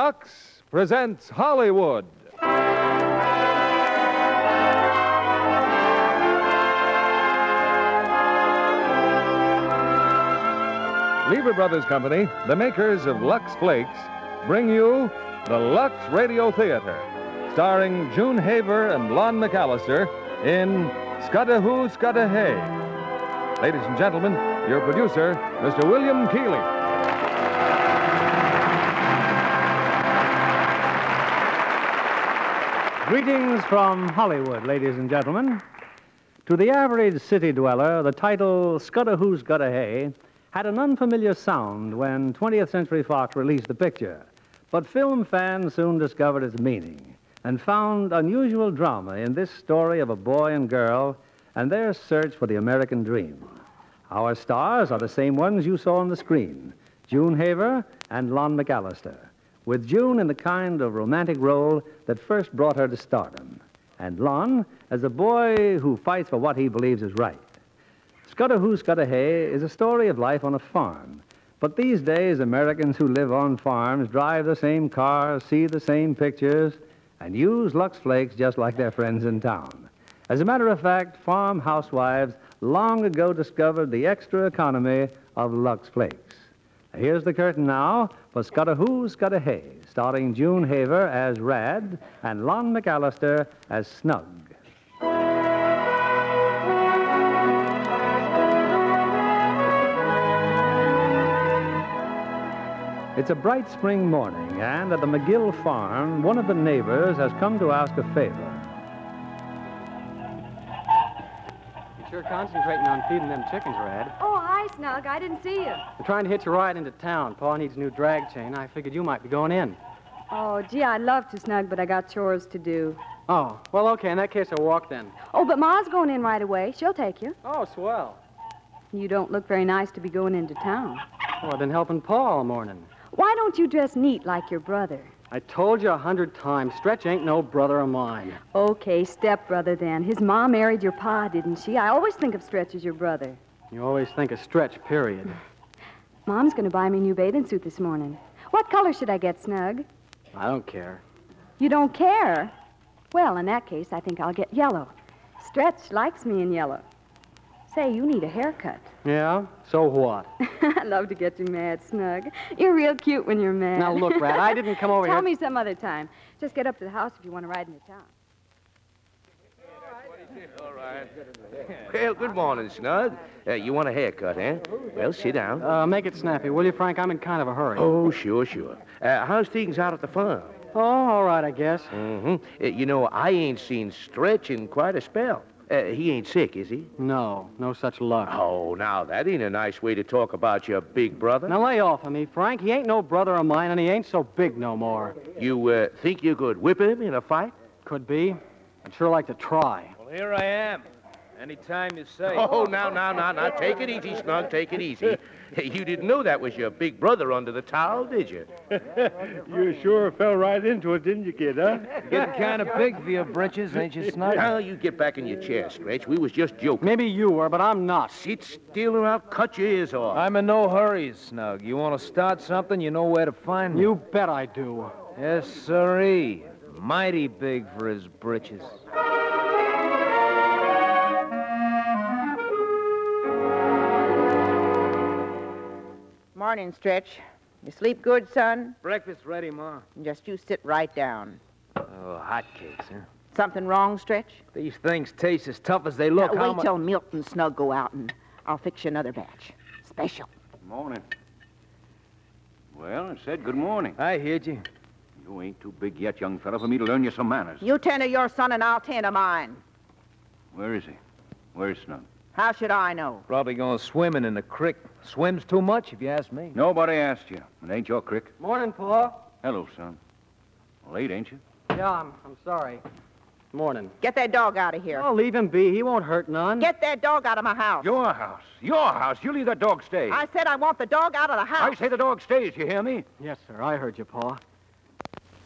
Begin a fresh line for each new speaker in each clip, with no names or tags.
Lux presents Hollywood. Lever Brothers Company, the makers of Lux Flakes, bring you the Lux Radio Theater, starring June Haver and Lon McAllister in Scudahoo Scudahey. Ladies and gentlemen, your producer, Mr. William Keeley.
Greetings from Hollywood, ladies and gentlemen. To the average city dweller, the title Scudder Who's Gutta Hey had an unfamiliar sound when 20th Century Fox released the picture. But film fans soon discovered its meaning and found unusual drama in this story of a boy and girl and their search for the American dream. Our stars are the same ones you saw on the screen June Haver and Lon McAllister, with June in the kind of romantic role that first brought her to stardom, and Lon as a boy who fights for what he believes is right. Scudder Who Scudder Hey is a story of life on a farm. But these days, Americans who live on farms drive the same cars, see the same pictures, and use Lux Flakes just like their friends in town. As a matter of fact, farm housewives long ago discovered the extra economy of Lux Flakes. Here's the curtain now for Scudder Who, Scudder Hey, starring June Haver as Rad and Lon McAllister as Snug. It's a bright spring morning, and at the McGill farm, one of the neighbors has come to ask a favor.
You're concentrating on feeding them chickens, Rad.
Oh, hi, Snug. I didn't see you.
I'm trying to hitch a ride into town. Pa needs a new drag chain. I figured you might be going in.
Oh, gee, I'd love to, Snug, but I got chores to do.
Oh, well, okay. In that case, I'll walk then.
Oh, but Ma's going in right away. She'll take you.
Oh, swell.
You don't look very nice to be going into town.
Oh, I've been helping Pa all morning.
Why don't you dress neat like your brother?
I told you a hundred times, Stretch ain't no brother of mine.
Okay, stepbrother then. His ma married your pa, didn't she? I always think of Stretch as your brother.
You always think of Stretch, period.
Mom's going to buy me a new bathing suit this morning. What color should I get, Snug?
I don't care.
You don't care. Well, in that case, I think I'll get yellow. Stretch likes me in yellow. Say, you need a haircut.
Yeah? So what?
I love to get you mad, Snug. You're real cute when you're mad.
Now, look, Rad, I didn't come over
Tell
here-
me some other time. Just get up to the house if you want to ride into town.
Well, good morning, Snug. Uh, you want a haircut, eh? Well, sit down.
Uh, make it snappy, will you, Frank? I'm in kind of a hurry.
oh, sure, sure. Uh, how's things out at the farm?
Oh, all right, I guess.
Mm-hmm. you know, I ain't seen Stretch in quite a spell. Uh, he ain't sick, is he?
No, no such luck.
Oh, now, that ain't a nice way to talk about your big brother.
Now, lay off of me, Frank. He ain't no brother of mine, and he ain't so big no more.
You uh, think you could whip him in a fight?
Could be. I'd sure like to try.
Well, here I am. Anytime you say.
Oh, now, now, now, now. Take it easy, Snug. Take it easy. You didn't know that was your big brother under the towel, did you?
You sure fell right into it, didn't you, kid, huh?
Getting kind of big for your britches, ain't you, Snug?
Now, you get back in your chair, Stretch. We was just joking.
Maybe you were, but I'm not.
Sit still or I'll cut your ears off.
I'm in no hurry, Snug. You want to start something, you know where to find me.
You bet I do.
Yes, sirree. Mighty big for his britches.
Morning, Stretch. You sleep good, son?
Breakfast ready, Ma.
Just you sit right down.
Oh, hotcakes, huh?
Something wrong, Stretch?
These things taste as tough as they look.
now,
How
wait
mu-
till Milt and Snug go out, and I'll fix you another batch. Special.
Morning. Well, I said good morning.
I heard you.
You ain't too big yet, young fella, for me to learn you some manners.
You tend to your son, and I'll tend to mine.
Where is he? Where's Snug?
How should I know?
Probably going swimming in the creek. Swims too much, if you ask me.
Nobody asked you. It ain't your crick.
Morning, Pa.
Hello, son. Late, ain't you?
Yeah, I'm, I'm sorry. Morning.
Get that dog out of here.
Oh, leave him be. He won't hurt none.
Get that dog out of my house.
Your house. Your house. You leave that dog stay.
I said I want the dog out of the
I
house.
say the dog stays, you hear me?
Yes, sir. I heard you, Pa.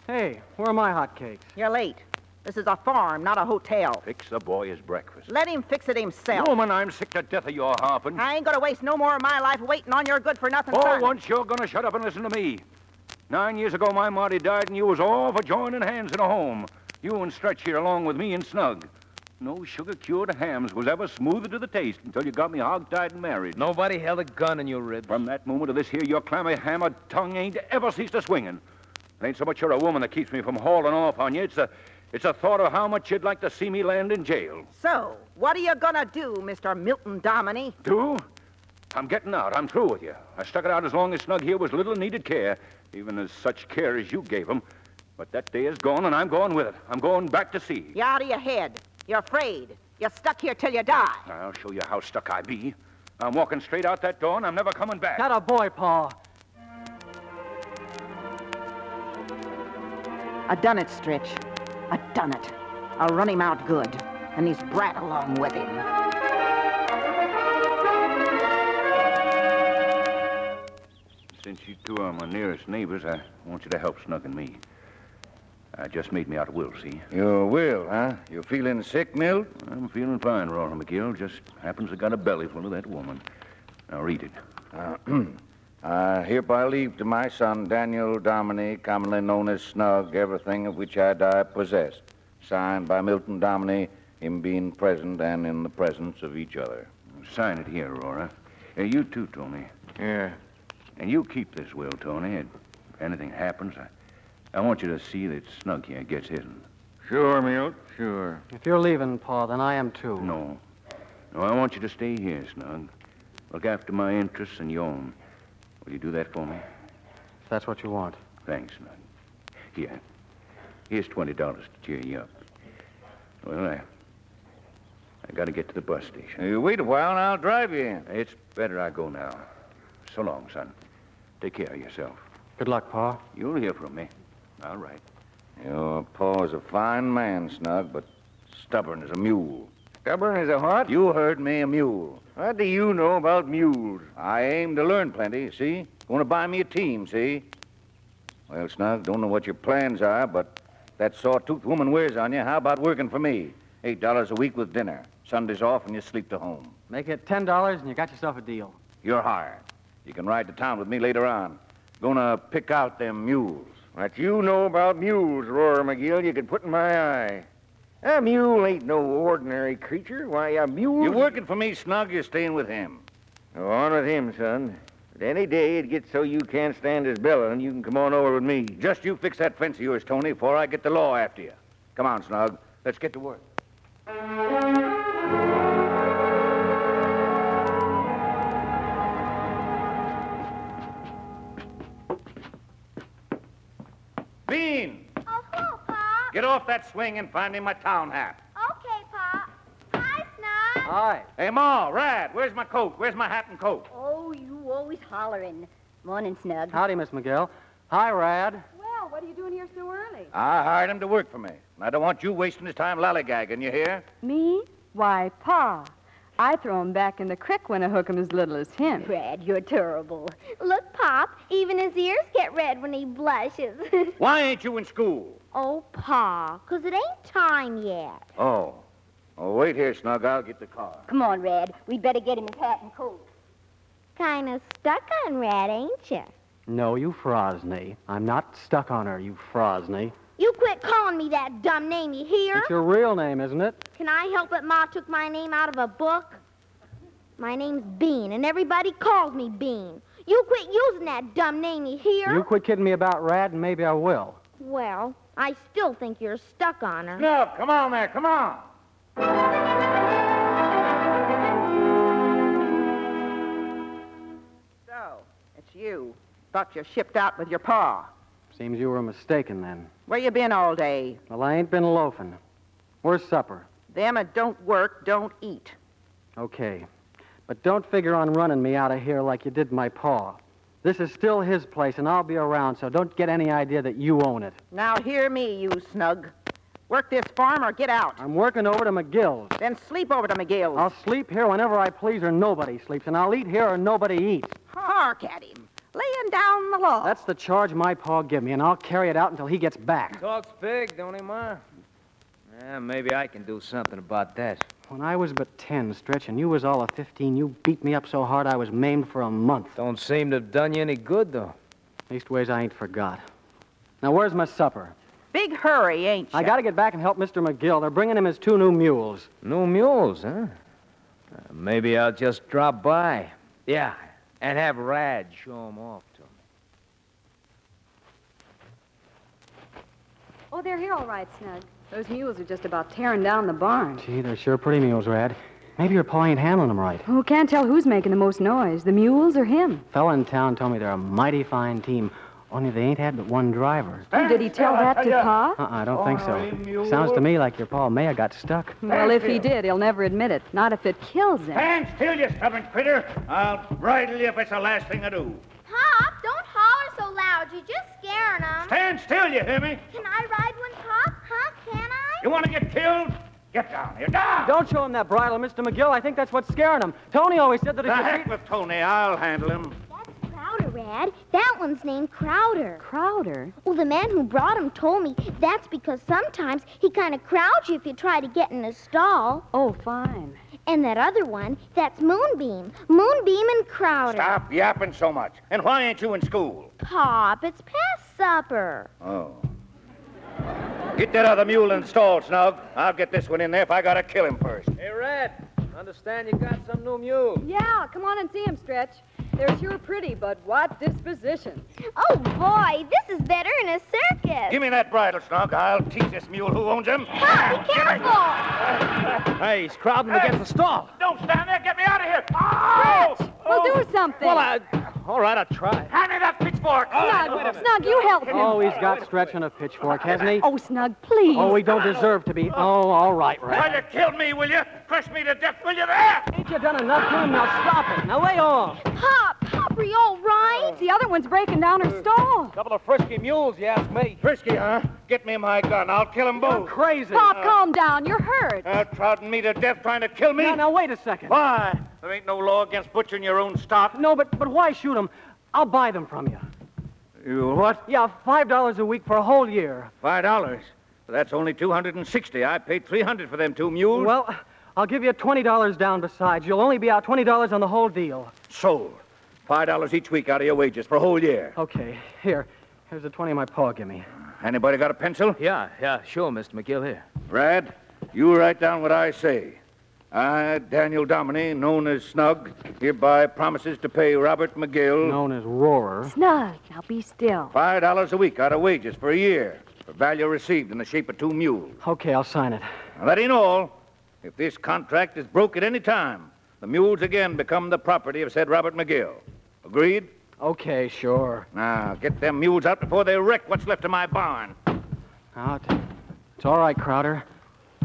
Hey, where are my hotcakes?
You're late. This is a farm, not a hotel.
Fix the boy his breakfast.
Let him fix it himself.
Woman, I'm sick to death of your harping.
I ain't gonna waste no more of my life waiting on your good for nothing
For
son.
once, you're going to shut up and listen to me. Nine years ago, my Marty died, and you was all for joining hands in a home. You and Stretch here along with me and Snug. No sugar cured hams was ever smoother to the taste until you got me hog tied and married.
Nobody held a gun in your ribs.
From that moment to this here, your clammy hammered tongue ain't ever ceased a swinging. It ain't so much you're a woman that keeps me from hauling off on you. It's a, it's a thought of how much you'd like to see me land in jail.
So, what are you gonna do, Mr. Milton Dominie?
Do? I'm getting out. I'm through with you. I stuck it out as long as Snug here was little and needed care, even as such care as you gave him. But that day is gone, and I'm going with it. I'm going back to sea.
You're out of your head. You're afraid. You're stuck here till you die.
I'll show you how stuck I be. I'm walking straight out that door, and I'm never coming back.
Got a boy, Pa.
I done it, Stretch. I done it. I run him out good, and his brat along with him.
Since you two are my nearest neighbors, I want you to help Snug and me. I just made me out a will, see?
You will, huh? You feeling sick, Milt?
I'm feeling fine, Rora McGill. Just happens I got a belly full of that woman. Now read it.
Uh, I hereby leave to my son, Daniel Dominie, commonly known as Snug, everything of which I die possessed. Signed by Milton Dominie, him being present and in the presence of each other.
Sign it here, Rora. Uh, you too, Tony.
Yeah.
And you keep this will, Tony. If anything happens, I, I want you to see that Snug here gets hidden.
Sure, Milt, sure.
If you're leaving, Pa, then I am too.
No. No, I want you to stay here, Snug. Look after my interests and your own. Will you do that for me?
If that's what you want.
Thanks, Snug. Here. Here's $20 to cheer you up. Well, I. I gotta get to the bus station.
You wait a while and I'll drive you in.
It's better I go now. So long, son. Take care of yourself.
Good luck, Pa.
You'll hear from me. All right.
Your pa's a fine man, Snug, but stubborn as a mule.
Stubborn as a what?
You heard me, a mule.
What do you know about mules?
I aim to learn plenty, see? Want to buy me a team, see? Well, Snug, don't know what your plans are, but that sawtooth woman wears on you. How about working for me? Eight dollars a week with dinner. Sundays off and you sleep to home.
Make it ten dollars and you got yourself a deal.
You're hired. You can ride to town with me later on. Gonna pick out them mules.
What you know about mules, Roar McGill, you could put in my eye. A mule ain't no ordinary creature. Why, a mule.
You're working for me, Snug. You're staying with him.
Go on with him, son. But any day it gets so you can't stand his bellow, and you can come on over with me.
Just you fix that fence of yours, Tony, before I get the law after you. Come on, Snug. Let's get to work. Bean!
Oh, who, Pa?
Get off that swing and find me my town hat.
Okay, Pa. Hi, Snug.
Hi.
Hey, Ma, Rad, where's my coat? Where's my hat and coat?
Oh, you always hollering. Morning, Snug.
Howdy, Miss McGill. Hi, Rad.
Well, what are you doing here so early?
I hired him to work for me. and I don't want you wasting his time lollygagging, you hear?
Me? Why, Pa. I throw him back in the creek when I hook him as little as him.
Red, you're terrible. Look, Pop, even his ears get red when he blushes.
Why ain't you in school?
oh, Pa, 'cause it ain't time yet.
Oh. Oh, wait here, Snug. I'll get the car.
Come on, Red. We'd better get him his hat and coat. Kind of stuck on Red, ain't you?
No, you Frosney. I'm not stuck on her, you Frosney.
You quit calling me that dumb name, you hear?
It's your real name, isn't it?
Can I help it Ma took my name out of a book? My name's Bean, and everybody calls me Bean. You quit using that dumb name, you hear?
You quit kidding me about Rad, and maybe I will.
Well, I still think you're stuck on her.
Snug, come on there. Come on.
So, it's you. Thought you shipped out with your pa.
Seems you were mistaken then.
Where you been all day?
Well, I ain't been loafing. Where's supper?
Them that don't work don't eat.
Okay. But don't figure on running me out of here like you did my paw. This is still his place, and I'll be around, so don't get any idea that you own it.
Now hear me, you snug. Work this farm or get out.
I'm working over to McGill's.
Then sleep over to McGill's.
I'll sleep here whenever I please, or nobody sleeps, and I'll eat here, or nobody eats.
Hark at him. Laying down the law.
That's the charge my paw give me, and I'll carry it out until he gets back.
Talks big, don't he, Ma? Yeah, maybe I can do something about that.
When I was but ten, Stretch, and you was all of fifteen, you beat me up so hard I was maimed for a month.
Don't seem to have done you any good, though.
Leastways, I ain't forgot. Now, where's my supper?
Big hurry, ain't you?
I gotta get back and help Mr. McGill. They're bringing him his two new mules.
New mules, huh? Uh, maybe I'll just drop by. Yeah, and have Rad show 'em off to me.
Oh, they're here all right, Snug. Those mules are just about tearing down the barn.
Gee, they're sure pretty mules, Rad. Maybe your pa ain't handling them right.
Who can't tell who's making the most noise, the mules or him?
Fella in town told me they're a mighty fine team, only they ain't had but one driver.
And did he tell that to Pa?
Uh-uh, I don't think so. Sounds to me like your pa Maya got stuck.
Well, if he did, he'll never admit it. Not if it kills him.
Stand still, you stubborn critter. I'll bridle you if it's the last thing I do.
Pop, don't holler so loud. You're just scaring them.
Stand still, you hear me?
Can I ride one, Pop? Huh? Can I?
You want to get killed? Get down here. Down!
Don't show him that bridle, Mr. McGill. I think that's what's scaring him. Tony always said that
The
if you
heck
treat-
with Tony. I'll handle him.
Crowder, Rad. That one's named Crowder.
Crowder?
Well, the man who brought him told me that's because sometimes he kind of crowds you if you try to get in a stall.
Oh, fine.
And that other one, that's Moonbeam. Moonbeam and Crowder.
Stop yapping so much. And why ain't you in school?
Pop, it's past supper.
Oh. Get that other mule in the stall, Snug. I'll get this one in there if I gotta kill him first.
Hey, Red, understand you got some new mules.
Yeah, Ah, come on and see him, Stretch. They're sure pretty, but what disposition.
Oh, boy, this is better in a circus.
Give me that bridle, Snug. I'll teach this mule who owns him.
Pop, be careful.
Hey, he's crowding against the stall.
Don't stand there. Get me out of here.
Stretch, Ah! we'll
Oh.
do something.
Well, I, all right, I'll try.
Hand me that pitchfork.
Oh,
Snug, Snug, you help him.
Oh, he's got stretch and a pitchfork, hasn't he?
Oh, Snug, please.
Oh, we don't deserve to be. Oh, all right,
Try
Rad.
to kill me, will you? Crush me to death, will you? There!
Ain't you done enough to him? Now stop it. Now lay off.
Pop, Pop, are you all right?
The other one's breaking down her stall.
Couple of frisky mules, you ask me.
Frisky, huh? Get me my gun. I'll kill 'em both.
Crazy.
Pop, calm down. You're hurt.
Uh, trotting me to death trying to kill me?
Now, now wait a second.
Why? There ain't no law against butchering your own stock.
No, but but why shoot him? I'll buy them from you.
You what?
Yeah, five dollars a week for a whole year.
Five dollars. That's only two hundred and sixty. I paid three hundred for them two mules.
Well, I'll give you twenty dollars down besides. You'll only be out twenty dollars on the whole deal.
sold. Five dollars each week out of your wages for a whole year.
Okay, here. Here's the twenty my paw give me.
Anybody got a pencil?
Yeah, yeah, sure, Mr. McGill, here.
Rad, you write down what I say. I, Daniel Dominie, known as Snug, hereby promises to pay Robert McGill
Known as Roarer.
Snug, now be still.
five dollars a week out of wages for a year for value received in the shape of two mules.
Okay, I'll sign it.
Now, that ain't all. If this contract is broke at any time, the mules again become the property of said Robert McGill. Agreed?
Okay, sure.
Now, get them mules out before they wreck what's left of my barn.
Out. It's all right, Crowder.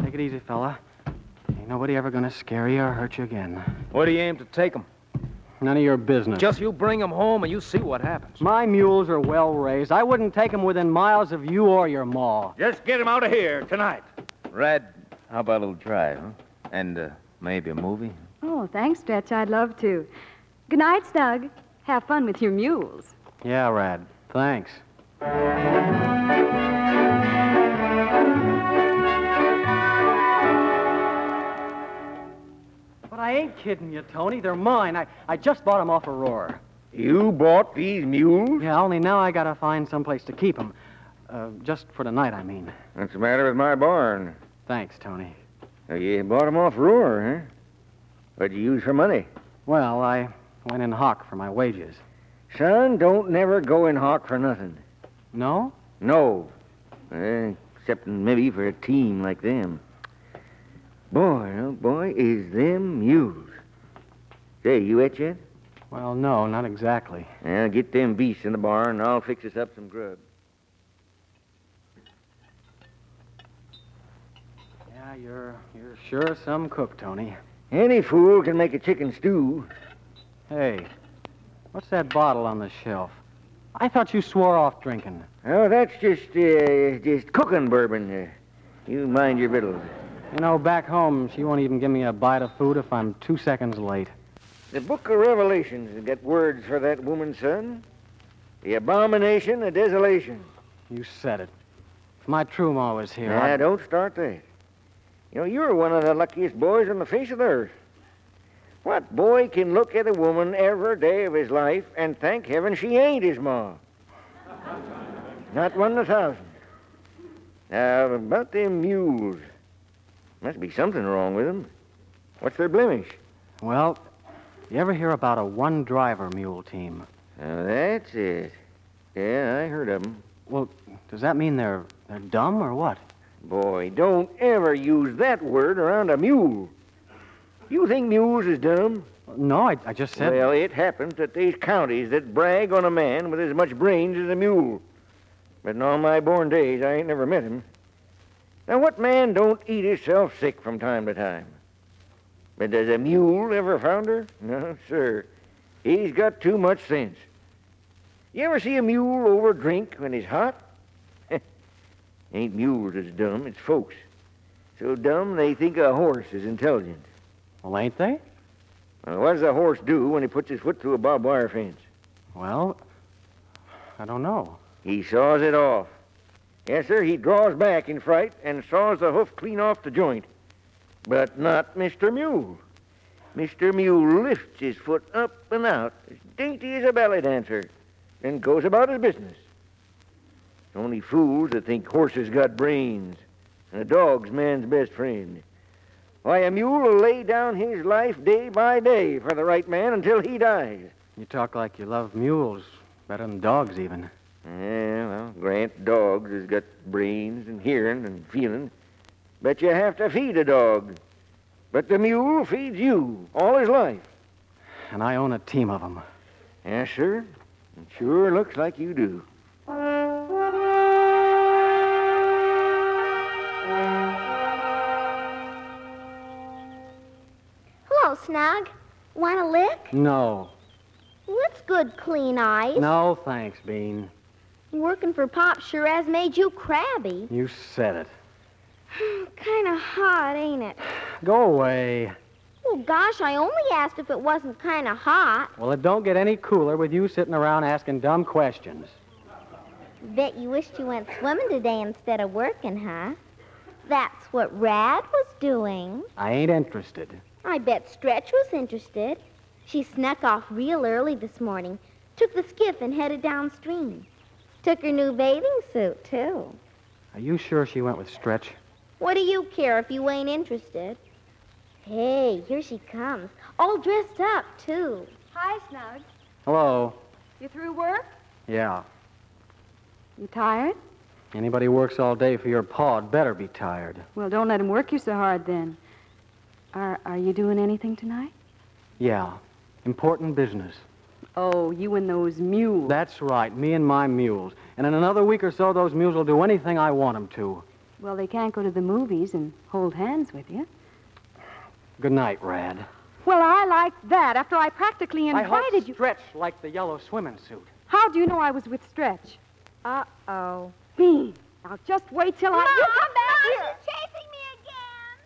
Take it easy, fella. Ain't nobody ever gonna scare you or hurt you again.
Where do you aim to take 'em?
None of your business.
Just you bring 'em home and you see what happens.
My mules are well raised. I wouldn't take 'em within miles of you or your ma.
Just get him out of here tonight.
Red, how about a little drive, huh? And uh, maybe a movie?
Oh, thanks, Stretch. I'd love to. Good night, Snug. Have fun with your mules.
Yeah, Rad. Thanks. But I ain't kidding you, Tony. They're mine. I, I just bought 'em off a roar.
You bought these mules?
Yeah, only now I gotta find someplace to keep 'em. Uh, just for tonight, I mean.
What's the matter with my barn?
Thanks, Tony.
Uh, You bought 'em off Roar, huh? What'd you use for money?
Well, I went in hock for my wages.
Son, don't never go in hawk for nothing.
No?
No. Eh, except maybe for a team like them. Boy, oh boy, is them mules. Say, you et yet?
Well, no, not exactly.
Yeah, get them beasts in the barn, and I'll fix us up some grub.
Yeah, you're you're sure some cook, Tony.
Any fool can make a chicken stew.
Hey, what's that bottle on the shelf? I thought you swore off drinking.
Oh, that's just, uh, just cooking bourbon. Uh, you mind your victuals.
You know, back home, she won't even give me a bite of food if I'm two seconds late.
The book of Revelations has got words for that woman, son. The abomination of desolation.
You said it. If my true ma was here,
Nah,
I'd-
don't start that. You know, you're one of the luckiest boys on the face of the earth. What boy can look at a woman every day of his life and thank heaven she ain't his ma? Not one in a thousand. Now, about them mules. Must be something wrong with them. What's their blemish?
Well, you ever hear about a one driver mule team?
that's it. Yeah, I heard of them.
Well, does that mean they're they're dumb or what?
Boy, don't ever use that word around a mule. You think mules is dumb?
No, I, I just said.
Well, it happens that these counties that brag on a man with as much brains as a mule. But in all my born days, I ain't never met him. Now, what man don't eat himself sick from time to time? But does a mule ever founder? No, sir. He's got too much sense. You ever see a mule over drink when he's hot? ain't mules that's dumb, it's folks. So dumb they think a horse is intelligent.
Well, ain't they?
Well, what does a horse do when he puts his foot through a barbed wire fence?
Well, I don't know.
He saws it off. Yes, sir, he draws back in fright and saws the hoof clean off the joint. But not Mr. Mule. Mr. Mule lifts his foot up and out, as dainty as a ballet dancer, and goes about his business. It's only fools that think horses got brains, and a dog's man's best friend. Why, a mule will lay down his life day by day for the right man until he dies.
You talk like you love mules better than dogs, even.
Yeah, well, Grant, dogs has got brains and hearing and feeling. But you have to feed a dog. But the mule feeds you all his life.
And I own a team of them.
Yes, sir. It sure looks like you do.
Hello, Snug. Want a lick?
No,
What's good, clean eyes?
no, thanks, Bean.
Working for Pop sure has made you crabby.
You said it.
kind of hot, ain't it?
Go away.
Oh, gosh, I only asked if it wasn't kind of hot.
Well, it don't get any cooler with you sitting around asking dumb questions.
Bet you wished you went swimming today instead of working, huh? That's what Rad was doing.
I ain't interested.
I bet Stretch was interested. She snuck off real early this morning, took the skiff and headed downstream. Took her new bathing suit, too.
Are you sure she went with Stretch?
What do you care if you ain't interested? Hey, here she comes. All dressed up, too.
Hi, Snug.
Hello.
You through work?
Yeah.
You tired?
Anybody works all day for your paw'd better be tired.
Well, don't let him work you so hard then. Are, are you doing anything tonight?
Yeah. Important business.
Oh, you and those mules.
That's right, me and my mules. And in another week or so, those mules will do anything I want 'em to.
Well, they can't go to the movies and hold hands with you.
Good night, Rad.
Well, I like that after I practically
I
invited
hope
you.
Stretch like the yellow swimming suit.
How do you know I was with Stretch? Uh oh. Bean, now just wait till I.
Mom,
You come back
Mom,
here.
she's chasing me again.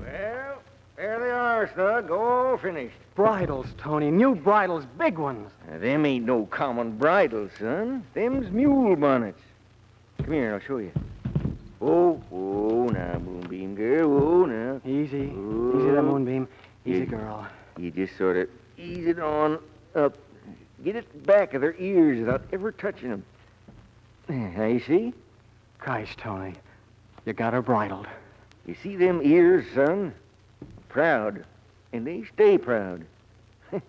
Well, there they are, Snug, all finished.
Bridles, Tony. New bridles, big ones.
Now, them ain't no common bridles, son. Them's mule bonnets. Come here, I'll show you. Oh, oh, now, Moonbeam girl, oh, now.
Easy. Easy
Oh.
there, Moonbeam. Easy,
Yeah.
girl.
You just sort of ease it on up. Get it back of their ears without ever touching them. Now, you see?
Gosh, Tony. You got her bridled.
You see them ears, son? Proud. And they stay proud.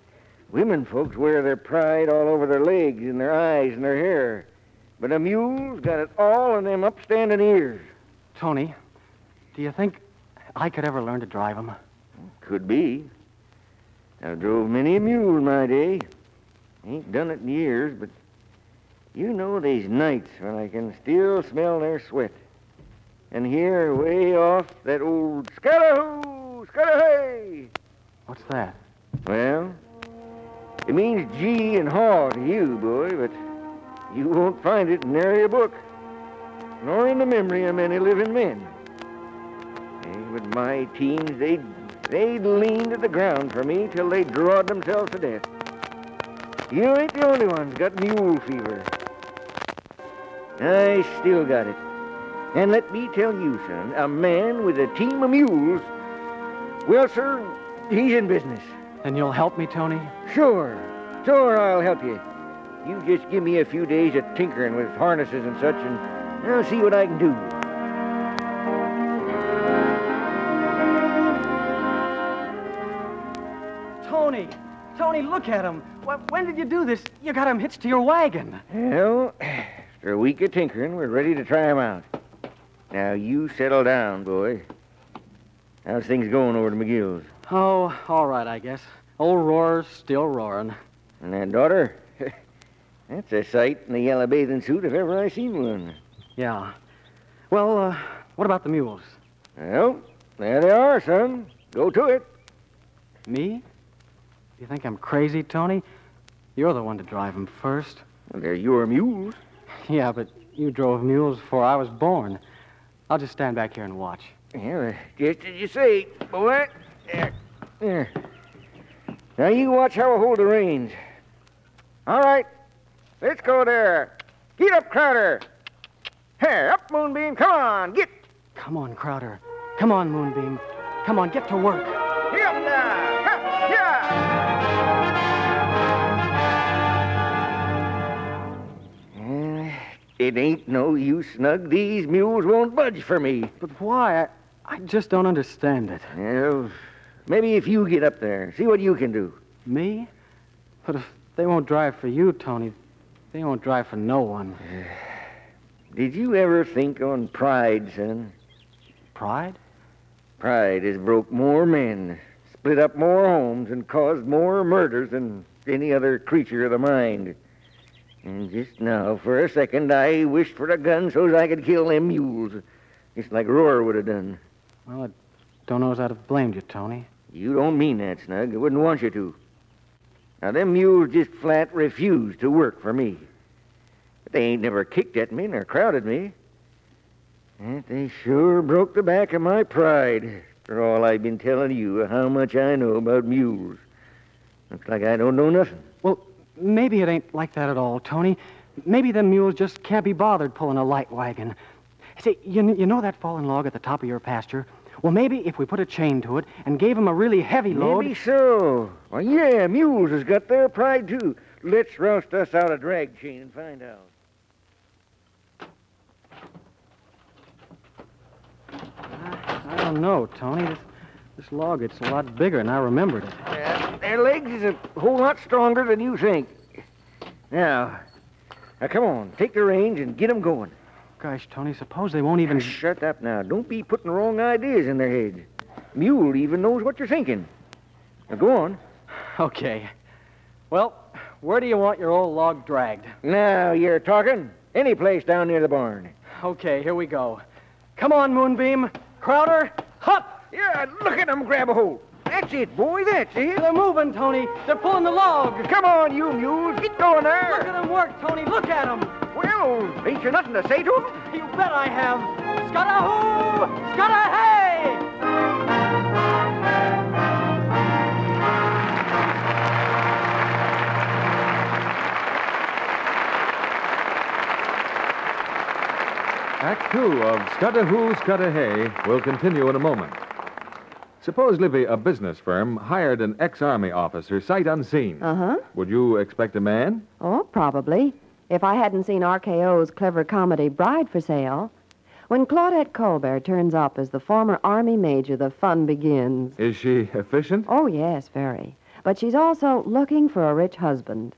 Women folks wear their pride all over their legs and their eyes and their hair. But a mule's got it all in them upstanding ears.
Tony, do you think I could ever learn to drive 'em?
Could be. I drove many a mule in my day. Ain't done it in years, but you know these nights when I can still smell their sweat. And hear way off that old scutter-hoo, scutter-hey.
What's that?
Well, it means gee and haw to you, boy, but you won't find it in nary a book, nor in the memory of any living men. Hey, but my teens, they they leaned to the ground for me till they drawed themselves to death. You ain't the only one's got mule fever. I still got it. And let me tell you, son, a man with a team of mules, well, sir, he's in business.
And you'll help me, Tony?
Sure, sure, I'll help you. You just give me a few days of tinkering with harnesses and such, and I'll see what I can do.
Tony! Tony, look at him. Wh- When did you do this? You got him hitched to your wagon.
Well, after a week of tinkering, we're ready to try 'em out. Now, you settle down, boy. How's things going over to McGill's?
Oh, all right, I guess. Old Roar's still roaring.
And that daughter? That's a sight in a yellow bathing suit if ever I seen one.
Yeah. Well, uh, what about the mules?
Well, there they are, son. Go to it.
Me? You think I'm crazy, Tony? You're the one to drive 'em first.
they're your mules.
Yeah, but you drove mules before I was born. I'll just stand back here and watch.
Yeah, just as you say, boy. There. There. Now you watch how I hold the reins. All right. Let's go there. Get up, Crowder. Here, up, Moonbeam. Come on, get.
Come on, Crowder. Come on, Moonbeam. Come on, get to work.
Get up now. Ha, yeah. Eh, It ain't no use, Snug. These mules won't budge for me.
But why? I, I just don't understand it.
Well, maybe if you get up there, see what you can do.
Me? But if they won't drive for you, Tony, they won't drive for no one.
Did you ever think on pride, son?
Pride?
Pride has broke more men, split up more homes, and caused more murders than any other creature of the mind. And just now, for a second, I wished for a gun so's I could kill them mules, just like Roar would have done.
Well, I don't know as I'd have blamed you, Tony.
You don't mean that, Snug. I wouldn't want you to. Now, them mules just flat refuse to work for me. But they ain't never kicked at me nor crowded me. That they sure broke the back of my pride, for all I've been telling you of how much I know about mules. Looks like I don't know nothing.
Maybe it ain't like that at all, Tony. Maybe them mules just can't be bothered pulling a light wagon. See, you, kn- you know that fallen log at the top of your pasture? Well, maybe if we put a chain to it and gave 'em a really heavy load.
Maybe so. Well, yeah, mules has got their pride, too. Let's roust us out a drag chain and find out.
I don't know, Tony. This, this log, it's a lot bigger than I remembered it.
Uh, their legs is a whole lot stronger than you think. Now, now come on, take the reins and get 'em going.
Gosh, Tony, suppose they won't even.
Shut up now. Don't be putting wrong ideas in their heads. Mule even knows what you're thinking. Now go on.
Okay. Well, where do you want your old log dragged?
Now you're talking. Any place down near the barn.
Okay, here we go. Come on, Moonbeam. Crowder, hop!
Yeah, look at 'em grab a hold. That's it, boy. That's it.
They're moving, Tony. They're pulling the log.
Come on, you mules. Get going
Look
there.
at them work, Tony. Look at them.
Well, ain't you nothing to say to 'em?
You bet I have. Scudahoo! Scudahey!
Act two of Scudahoo Scudahey will continue in a moment. Suppose, Livy, a business firm hired an ex army officer sight unseen.
Uh huh.
Would you expect a man?
Oh, probably. If I hadn't seen RKO's clever comedy Bride for Sale. When Claudette Colbert turns up as the former Army major, the fun begins.
Is she efficient?
Oh, yes, very. But she's also looking for a rich husband.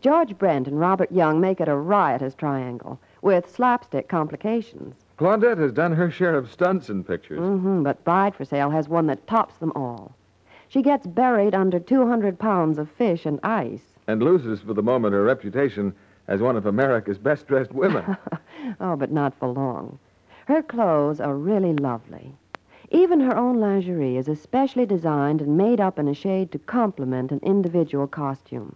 George Brent and Robert Young make it a riotous triangle with slapstick complications.
Claudette has done her share of stunts in pictures.
hmm but Bride for Sale has one that tops them all. She gets buried under 200 pounds of fish and ice.
and loses for the moment her reputation as one of America's best dressed women.
Oh, but not for long. Her clothes are really lovely. Even her own lingerie is especially designed and made up in a shade to complement an individual costume.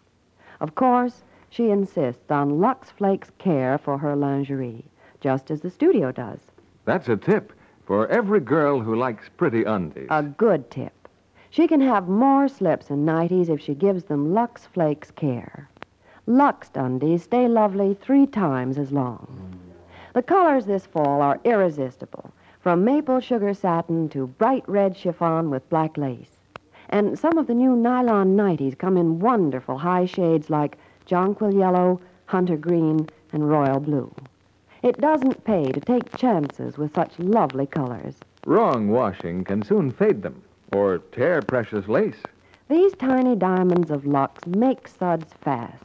Of course, she insists on Lux Flakes care for her lingerie, just as the studio does.
That's a tip for every girl who likes pretty undies.
A good tip. She can have more slips and nighties if she gives them Lux Flakes care. Lux undies stay lovely three times as long. The colors this fall are irresistible, from maple sugar satin to bright red chiffon with black lace. And some of the new nylon nighties come in wonderful high shades like jonquil yellow, hunter green, and royal blue. It doesn't pay to take chances with such lovely colors.
Wrong washing can soon fade them or tear precious lace.
These tiny diamonds of Lux make suds fast,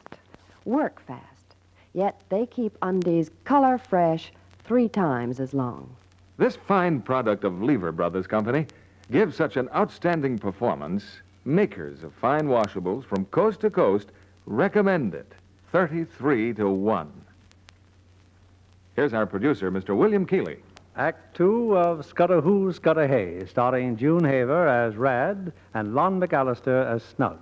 work fast, yet they keep undies color fresh three times as long.
This fine product of Lever Brothers Company gives such an outstanding performance, makers of fine washables from coast to coast recommend it 33 to 1. Here's our producer, Mr. William Keeley.
Act two of Scudder Who, Scudder Hay, starring June Haver as Rad and Lon McAllister as Snug.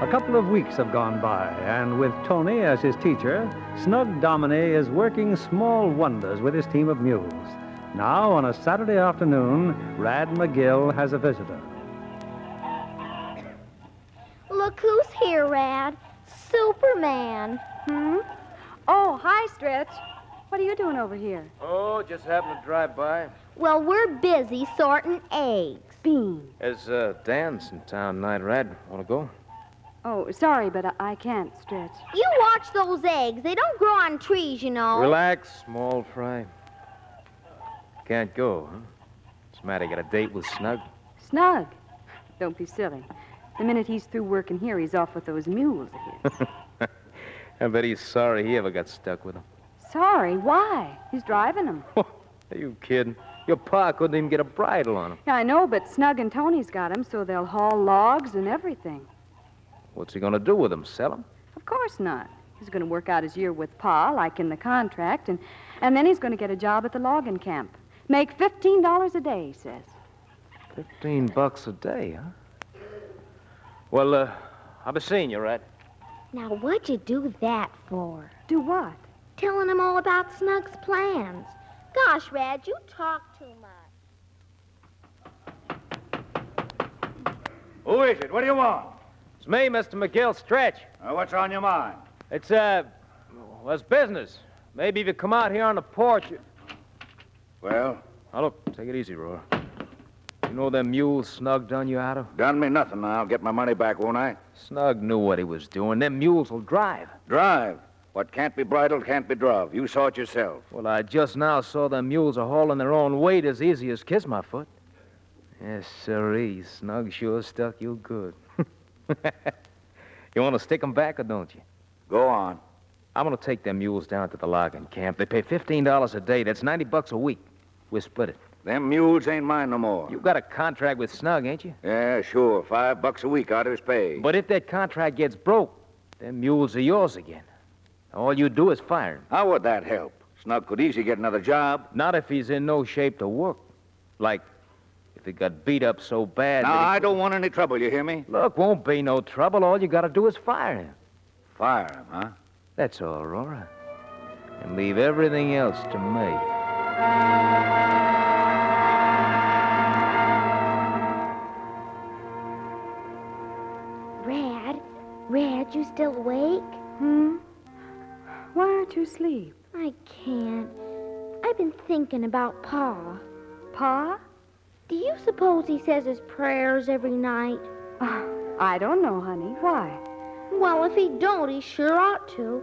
A couple of weeks have gone by, and with Tony as his teacher, Snug Dominie is working small wonders with his team of mules. Now, on a Saturday afternoon, Rad McGill has a visitor.
Look who's here, Rad. Superman.
Hmm? Oh, hi, Stretch. What are you doing over here?
Oh, just happened to drive by.
Well, we're busy sorting eggs.
Bean.
There's a dance in town tonight, Rad. Want to go?
Oh, sorry, but I, I can't, Stretch.
You watch those eggs. They don't grow on trees, you know.
Relax, small fry. Can't go, huh? What's the matter? Got a date with Snug?
Snug. Don't be silly. The minute he's through working here, he's off with those mules of his.
I bet he's sorry he ever got stuck with him.
Sorry, why? He's driving them.
Are you kidding? Your pa couldn't even get a bridle on him.
Yeah, I know, but Snug and Tony's got 'em, so they'll haul logs and everything.
What's he gonna do with him? Sell him?
Of course not. He's going to work out his year with Pa, like in the contract, and, and then he's going to get a job at the logging camp. Make $15 a day, he says.
Fifteen bucks a day, huh? Well, uh, I'll be seeing you, Rad.
Now, what'd you do that for?
Do what?
Telling him all about Snug's plans. Gosh, Rad, you talk too much.
Who is it? What do you want?
It's me, Mr. McGill. Stretch.
Uh, what's on your mind?
It's, uh, well, it's business. Maybe if you come out here on the porch. You...
Well?
Now, look, take it easy, Roar. You know them mules Snug done you out of?
Done me nothing. I'll get my money back, won't I?
Snug knew what he was doing. Them mules will drive.
Drive. What can't be bridled can't be drove. You saw it yourself.
Well, I just now saw them mules are hauling their own weight as easy as kiss my foot. Yes, sirree. Snug sure stuck you good. you want to stick 'em back or don't you?
Go on.
I'm going to take them mules down to the logging camp. They pay $15 a day. That's 90 bucks a week. We'll split it.
Them mules ain't mine no more.
You got a contract with Snug, ain't you?
Yeah, sure. Five bucks a week out of his pay.
But if that contract gets broke, them mules are yours again. All you do is fire him.
How would that help? Snug could easy get another job.
Not if he's in no shape to work. Like, if he got beat up so bad.
Now,
that he
I
could-
don't want any trouble, you hear me?
Look, won't be no trouble. All you got to do is fire him.
Fire him, huh?
That's all, Aurora. And leave everything else to me.
Rad, Rad, you still awake?
Hmm? Why aren't you asleep?
I can't. I've been thinking about Pa.
Pa?
Do you suppose he says his prayers every night?
Oh, I don't know, honey. Why?
Well, if he don't, he sure ought to.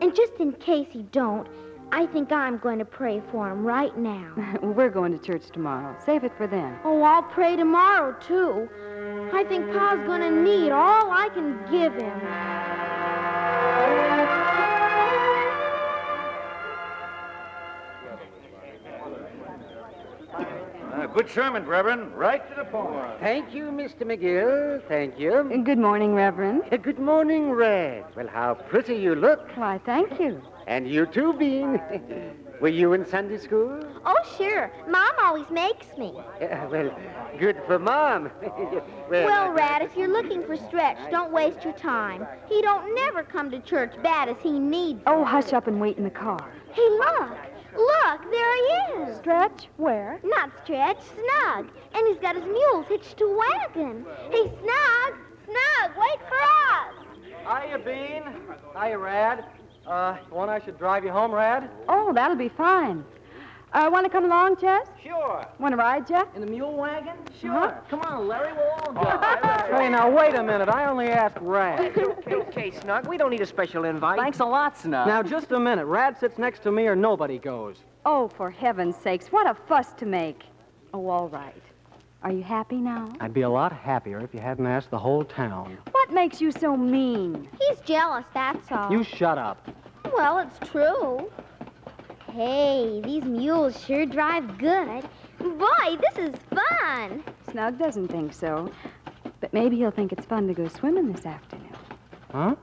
And just in case he don't, I think I'm going to pray for him right now.
We're going to church tomorrow. Save it for then.
Oh, I'll pray tomorrow, too. I think Pa's going to need all I can give him.
Uh, good sermon, Reverend. Right to the point.
Thank you, Mr. McGill. Thank you.
Good morning, Reverend.
Uh, Good morning, Red. Well, how pretty you look.
Why, thank you.
And you too, Bean. Were you in Sunday school?
Oh, sure. Mom always makes me.
Uh, well, good for Mom. well, uh,
Well, Rad, if you're looking for Stretch, don't waste your time. He don't never come to church bad as he needs.
Oh, hush up and wait in the car.
Hey, look. Look, there he is.
Stretch? Where?
Not Stretch, Snug. And he's got his mules hitched to a wagon. Hey, Snug, Snug, wait for us.
Hiya, Bean. Hiya, Rad. Uh, one I should drive you home, Rad?
Oh, that'll be fine. Uh, want to come along, Ches?
Sure.
Want to ride, Uh-huh. Jeff?
In the mule wagon? Sure.
Huh?
Come on, Larry. We'll all go.
Hey, now, wait a minute. I only asked Rad.
okay, okay, Snug. We don't need a special invite.
Thanks a lot, Snug.
Now, just a minute. Rad sits next to me or nobody goes.
Oh, for heaven's sakes, what a fuss to make. Oh, all right. Are you happy now?
I'd be a lot happier if you hadn't asked the whole town.
What makes you so mean?
He's jealous, that's all.
Uh. You shut up.
Well, it's true. Hey, these mules sure drive good. Boy, this is fun.
Snug doesn't think so. But maybe he'll think it's fun to go swimming this afternoon.
Huh?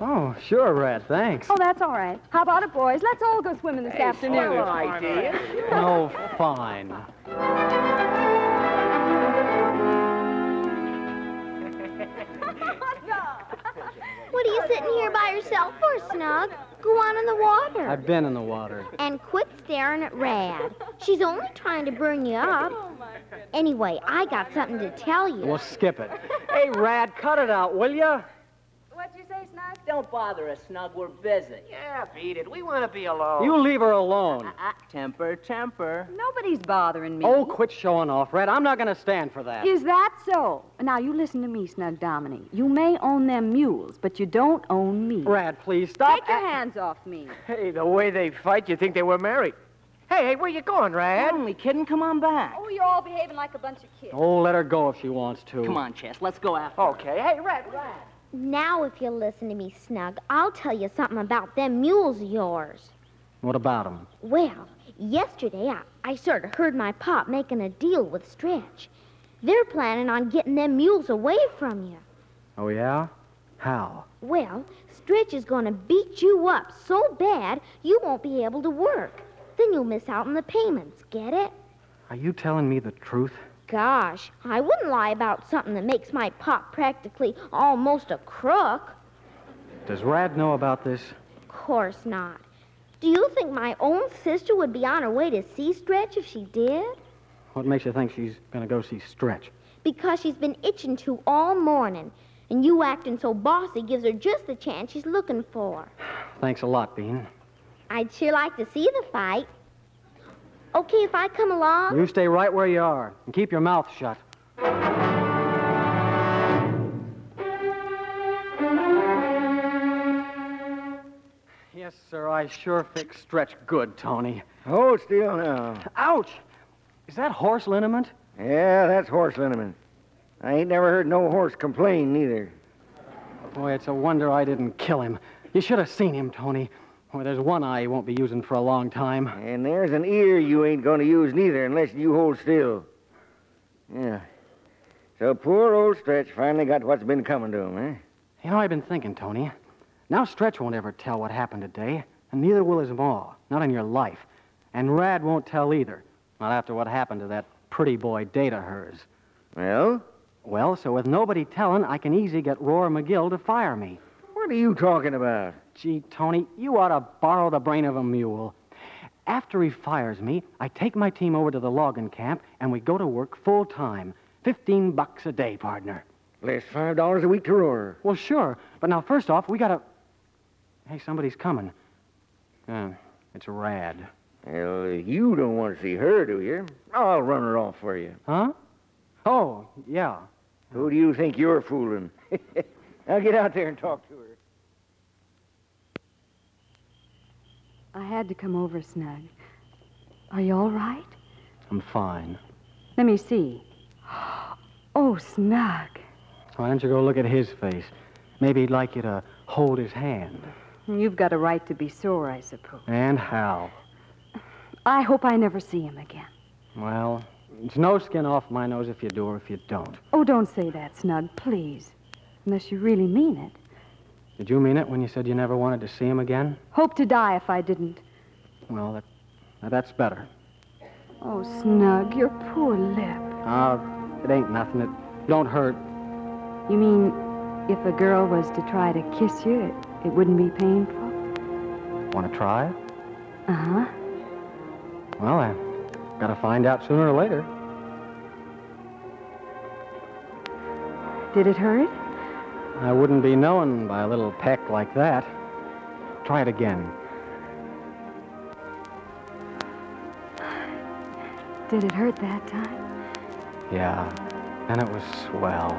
Oh, sure, Rad. Thanks.
Oh, that's all right. How about it, boys? Let's all go swimming this afternoon.
Oh, fine.
What are you sitting here by yourself for, Snug? Go on in the water.
I've been in the water.
And quit staring at Rad. She's only trying to burn you up. Anyway, I got something to tell you.
Well, skip it. Hey, Rad, cut it out, will you?
What'd you say, Snug?
Don't bother us, Snug. We're busy. Yeah, beat it. We want to be alone.
You leave her alone.
Oh. Uh, Temper, temper.
Nobody's bothering me.
Oh, quit showing off, Rad. I'm not going to stand for that.
Is that so? Now, you listen to me, Snug Dominie. You may own them mules, but you don't own me.
Rad, please stop.
Take your hands off me.
Hey, the way they fight, you think they were married. Hey, hey, where you going, Rad?
Only kidding. Come on back.
Oh, you're all behaving like a bunch of kids.
Oh, let her go if she wants to.
Come on, Chess. Let's go after.
Okay. Hey, Rad, Rad.
Now, if you'll listen to me, Snug, I'll tell you something about them mules of yours.
What about him?
Well, yesterday I, I sort of heard my pop making a deal with Stretch. They're planning on getting them mules away from you.
Oh, yeah? How?
Well, Stretch is going to beat you up so bad you won't be able to work. Then you'll miss out on the payments, get it?
Are you telling me the truth?
Gosh, I wouldn't lie about something that makes my pop practically almost a crook.
Does Rad know about this?
Course not. Do you think my own sister would be on her way to see Stretch if she did?
What makes you think she's going to go see Stretch?
Because she's been itching to all morning, and you acting so bossy gives her just the chance she's looking for.
Thanks a lot, Bean.
I'd sure like to see the fight. Okay, if I come along?
You stay right where you are and keep your mouth shut. Yes, sir, I sure fixed Stretch good, Tony.
Hold still now.
Ouch! Is that horse liniment?
Yeah, that's horse liniment. I ain't never heard no horse complain, neither.
Boy, it's a wonder I didn't kill him. You should have seen him, Tony. Boy, there's one eye he won't be using for a long time.
And there's an ear you ain't going to use, neither, unless you hold still. Yeah. So poor old Stretch finally got what's been coming to him, eh?
You know, I've been thinking, Tony. Now Stretch won't ever tell what happened today, and neither will his ma, not in your life. And Rad won't tell either, not after what happened to that pretty boy date of hers.
Well?
Well, so with nobody telling, I can easy get Roar McGill to fire me.
What are you talking about?
Gee, Tony, you ought to borrow the brain of a mule. After he fires me, I take my team over to the logging camp and we go to work full time. Fifteen bucks a day, partner.
Less five dollars a week to roar.
Well, sure. But now, first off, we gotta. Hey, somebody's coming. Uh, it's Rad.
Well, you don't want to see her, do you? I'll run her off for you.
Huh? Oh, yeah.
Who do you think you're fooling? now get out there and talk to her.
I had to come over, Snug. Are you all right?
I'm fine.
Let me see. Oh, Snug.
Why don't you go look at his face? Maybe he'd like you to hold his hand.
You've got a right to be sore, I suppose.
And how?
I hope I never see him again.
Well, it's no skin off my nose if you do or if you don't.
Oh, don't say that, Snug, please. Unless you really mean it.
Did you mean it when you said you never wanted to see him again?
Hope to die if I didn't.
Well, that, now that's better.
Oh, Snug, your poor lip.
Uh, it ain't nothing. It don't hurt.
You mean if a girl was to try to kiss you, it, it wouldn't be painful?
Want to try?
Uh huh.
Well, I gotta find out sooner or later.
Did it hurt?
I wouldn't be known by a little peck like that. Try it again.
Did it hurt that time?
Yeah, and it was swell.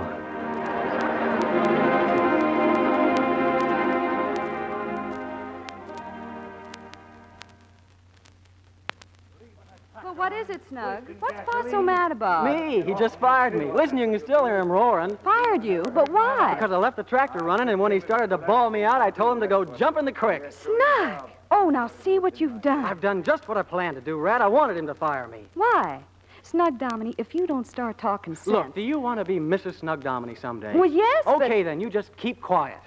Well, what is it, Snug? What's Pa so mad about?
Me. He just fired me. Listen, you can still hear him roaring.
Fired you? But why?
Because I left the tractor running, and when he started to bawl me out, I told him to go jump in the creek.
Snug! Oh, now see what you've done.
I've done just what I planned to do, Rat. I wanted him to fire me.
Why? Snug Domini, if you don't start talking sense.
Look, do you want to be Mrs. Snug Domini someday?
Well, yes, but-
Okay, then. You just keep quiet.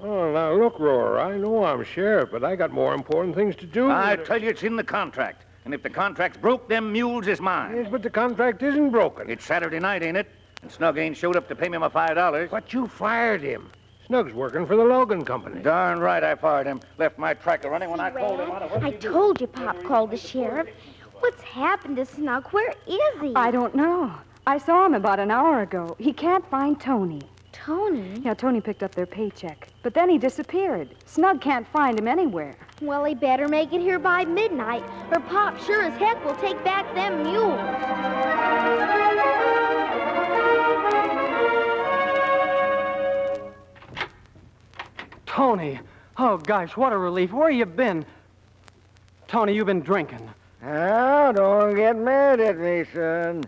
Oh, now look, Roar. I know I'm sheriff, but I got more important things to do.
I tell you, it's in the contract. And if the contract's broke, them mules is mine.
Yes, but the contract isn't broken.
It's Saturday night, ain't it? And Snug ain't showed up to pay me my five dollars.
But you fired him. Snug's working for the Logan Company.
Darn right, I fired him. Left my tracker running when I called him. out of-
I told you Pop called the sheriff. What's happened to Snug? Where is he?
I don't know. Oh, I saw him about an hour ago. He can't find Tony.
Tony?
Yeah, Tony picked up their paycheck. But then he disappeared. Snug can't find him anywhere.
Well, he better make it here by midnight, or Pop sure as heck will take back them mules.
Tony. Oh, gosh, what a relief. Where you been? Tony, you've been drinking.
Now, Ah, don't get mad at me, son.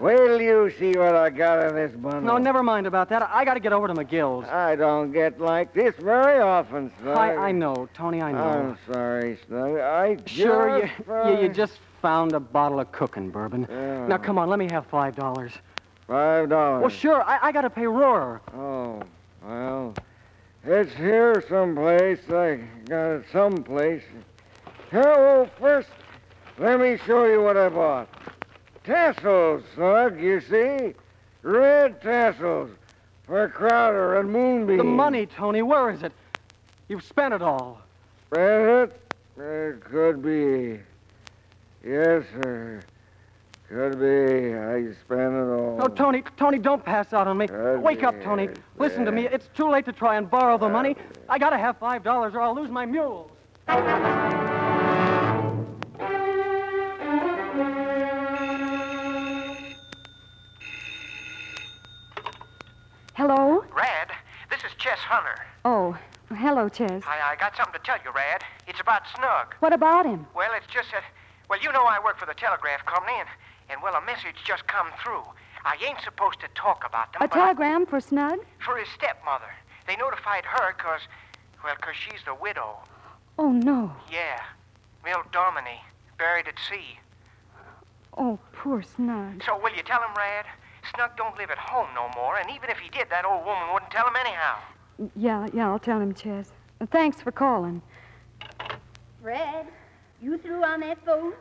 Wait till you see what I got in this bundle.
No, never mind about that. I got to get over to McGill's.
Mm. I don't get like this very often, Snug.
I, I know, Tony, I know.
am sorry, Snug. I
sure, you,
just
you, you just found a bottle of cooking bourbon. Now, come on, let me have $5.
Five dollars.
Well, sure, I, I got to pay Roarer.
Oh, well, it's here someplace. I got it someplace. Here, well, first, let me show you what I bought. Tassels, Snug, you see? Red tassels for Crowder and Moonbeam.
The money, Tony, where is it? You've spent it all.
Is it? It could be. Yes, sir. Could be. I spent it all.
Oh, Tony, Tony, don't pass out on me. Wake up, Tony. Listen to me. It's too late to try and borrow the money. I gotta have five dollars or I'll lose my mules.
Hello?
Rad, this is Chess Hunter.
Oh, hello, Ches.
I, I got something to tell you, Rad. It's about Snug.
What about him?
Well, it's just that. Well, you know I work for the telegraph company, and, and well, a message just come through. I ain't supposed to talk about them.
A
but I-
telegram for Snug?
for his stepmother. They notified her 'cause well, 'cause she's the widow.
Oh, no.
Yeah, Milt Domini, buried at sea.
Oh, poor Snug.
So will you tell him, Rad? Snug don't live at home no more, and even if he did, that old woman wouldn't tell him anyhow.
Yeah, yeah, I'll tell him, Ches. Uh, Thanks for calling.
Fred, you through on that phone?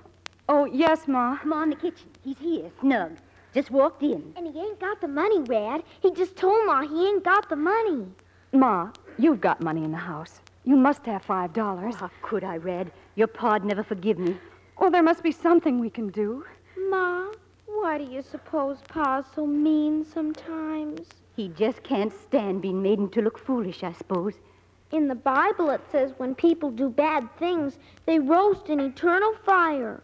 Oh, yes, Ma.
Come on the kitchen. He's here, snug. Just walked in. And he ain't got the money, Rad. He just told Ma he ain't got the money.
Ma, you've got money in the house. You must have five dollars.
How Oh, could I, Red? Your pa'd never forgive me.
Oh, there must be something we can do.
Ma, why do you suppose Pa's so mean sometimes?
He just can't stand being made to look foolish, I suppose.
In the Bible, it says when people do bad things, they roast in eternal fire.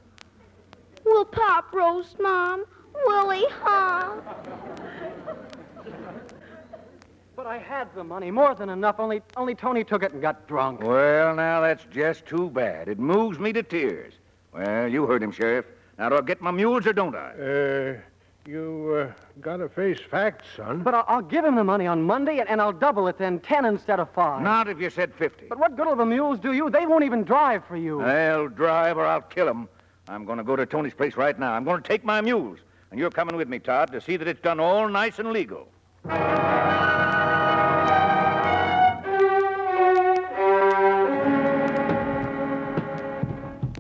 Will Pop roast Mom? Will he, huh?
But I had the money, more than enough. Only, only Tony took it and got drunk.
Well, now that's just too bad. It moves me to tears. Well, you heard him, Sheriff. Now do I get my mules or don't I?
Uh, you uh, gotta face facts, son.
But I'll, I'll give him the money on Monday, and, and I'll double it then, ten instead of five.
Not if you said fifty.
But what good will the mules do you? They won't even drive for you.
I'll drive or I'll kill him. I'm going to go to Tony's place right now. I'm going to take my mules. And you're coming with me, Todd, to see that it's done all nice and legal.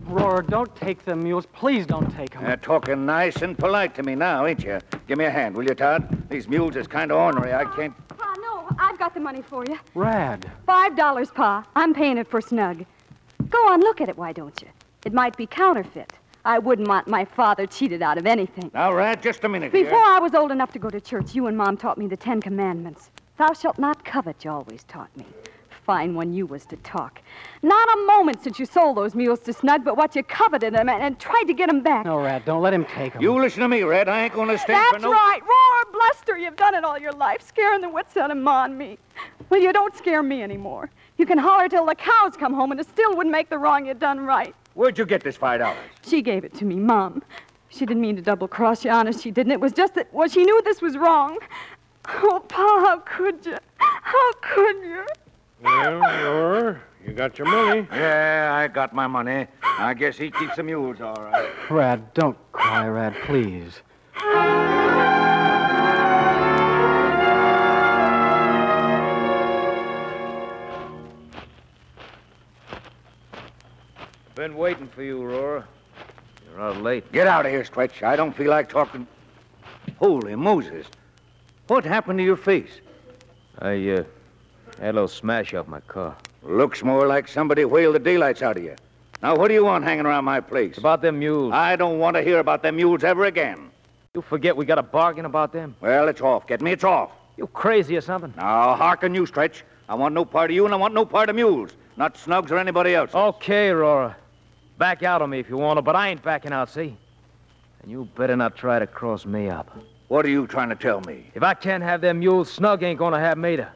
Roar, don't take the mules. Please don't take them.
You're talking nice and polite to me now, ain't you? Give me a hand, will you, Todd? These mules is kind of ornery. I can't.
Pa, no, I've got the money for you.
Rad.
Five dollars, Pa. I'm paying it for Snug. Go on, look at it, why don't you? It might be counterfeit. I wouldn't want my father cheated out of anything.
Now, Rat, just a minute.
Before
Here.
I was old enough to go to church, you and Mom taught me the Ten Commandments. Thou shalt not covet, you always taught me. Fine one you was to talk. Not a moment since you sold those mules to Snug, but what you coveted them and, and tried to get them back.
No, Rat, don't let him take them.
You listen to me, Red. I ain't gonna stand for
That's
no.
right. Roar, bluster. You've done it all your life, scaring the wits out of Ma and me. Well, you don't scare me anymore. You can holler till the cows come home, and it still wouldn't make the wrong you done right.
Where'd you get this five dollars?
She gave it to me, Mom. She didn't mean to double cross you, honest, she didn't. It was just that, well, she knew this was wrong. Oh, Pa, how could you? How could you?
Well, you're, you got your money. Yeah, I got my money. I guess he keeps the mules all right.
Rat, don't cry, Rat, please.
Been waiting for you, Aurora.
You're out late. Get out of here, Stretch. I don't feel like talking. Holy Moses. What happened to your face?
I, uh, had a little smash up my car.
Looks more like somebody whaled the daylights out of you. Now, what do you want hanging around my place?
About them mules.
I don't want to hear about them mules ever again.
You forget we got a bargain about them?
Well, it's off. Get me, it's off.
You crazy or something?
Now, hearken you, Stretch. I want no part of you, and I want no part of mules. Not Snugs or anybody else.
Okay, Aurora. Back out on me if you want to, but I ain't backing out, see? And you better not try to cross me up.
What are you trying to tell me?
If I can't have them mules, Snug ain't gonna have Mater.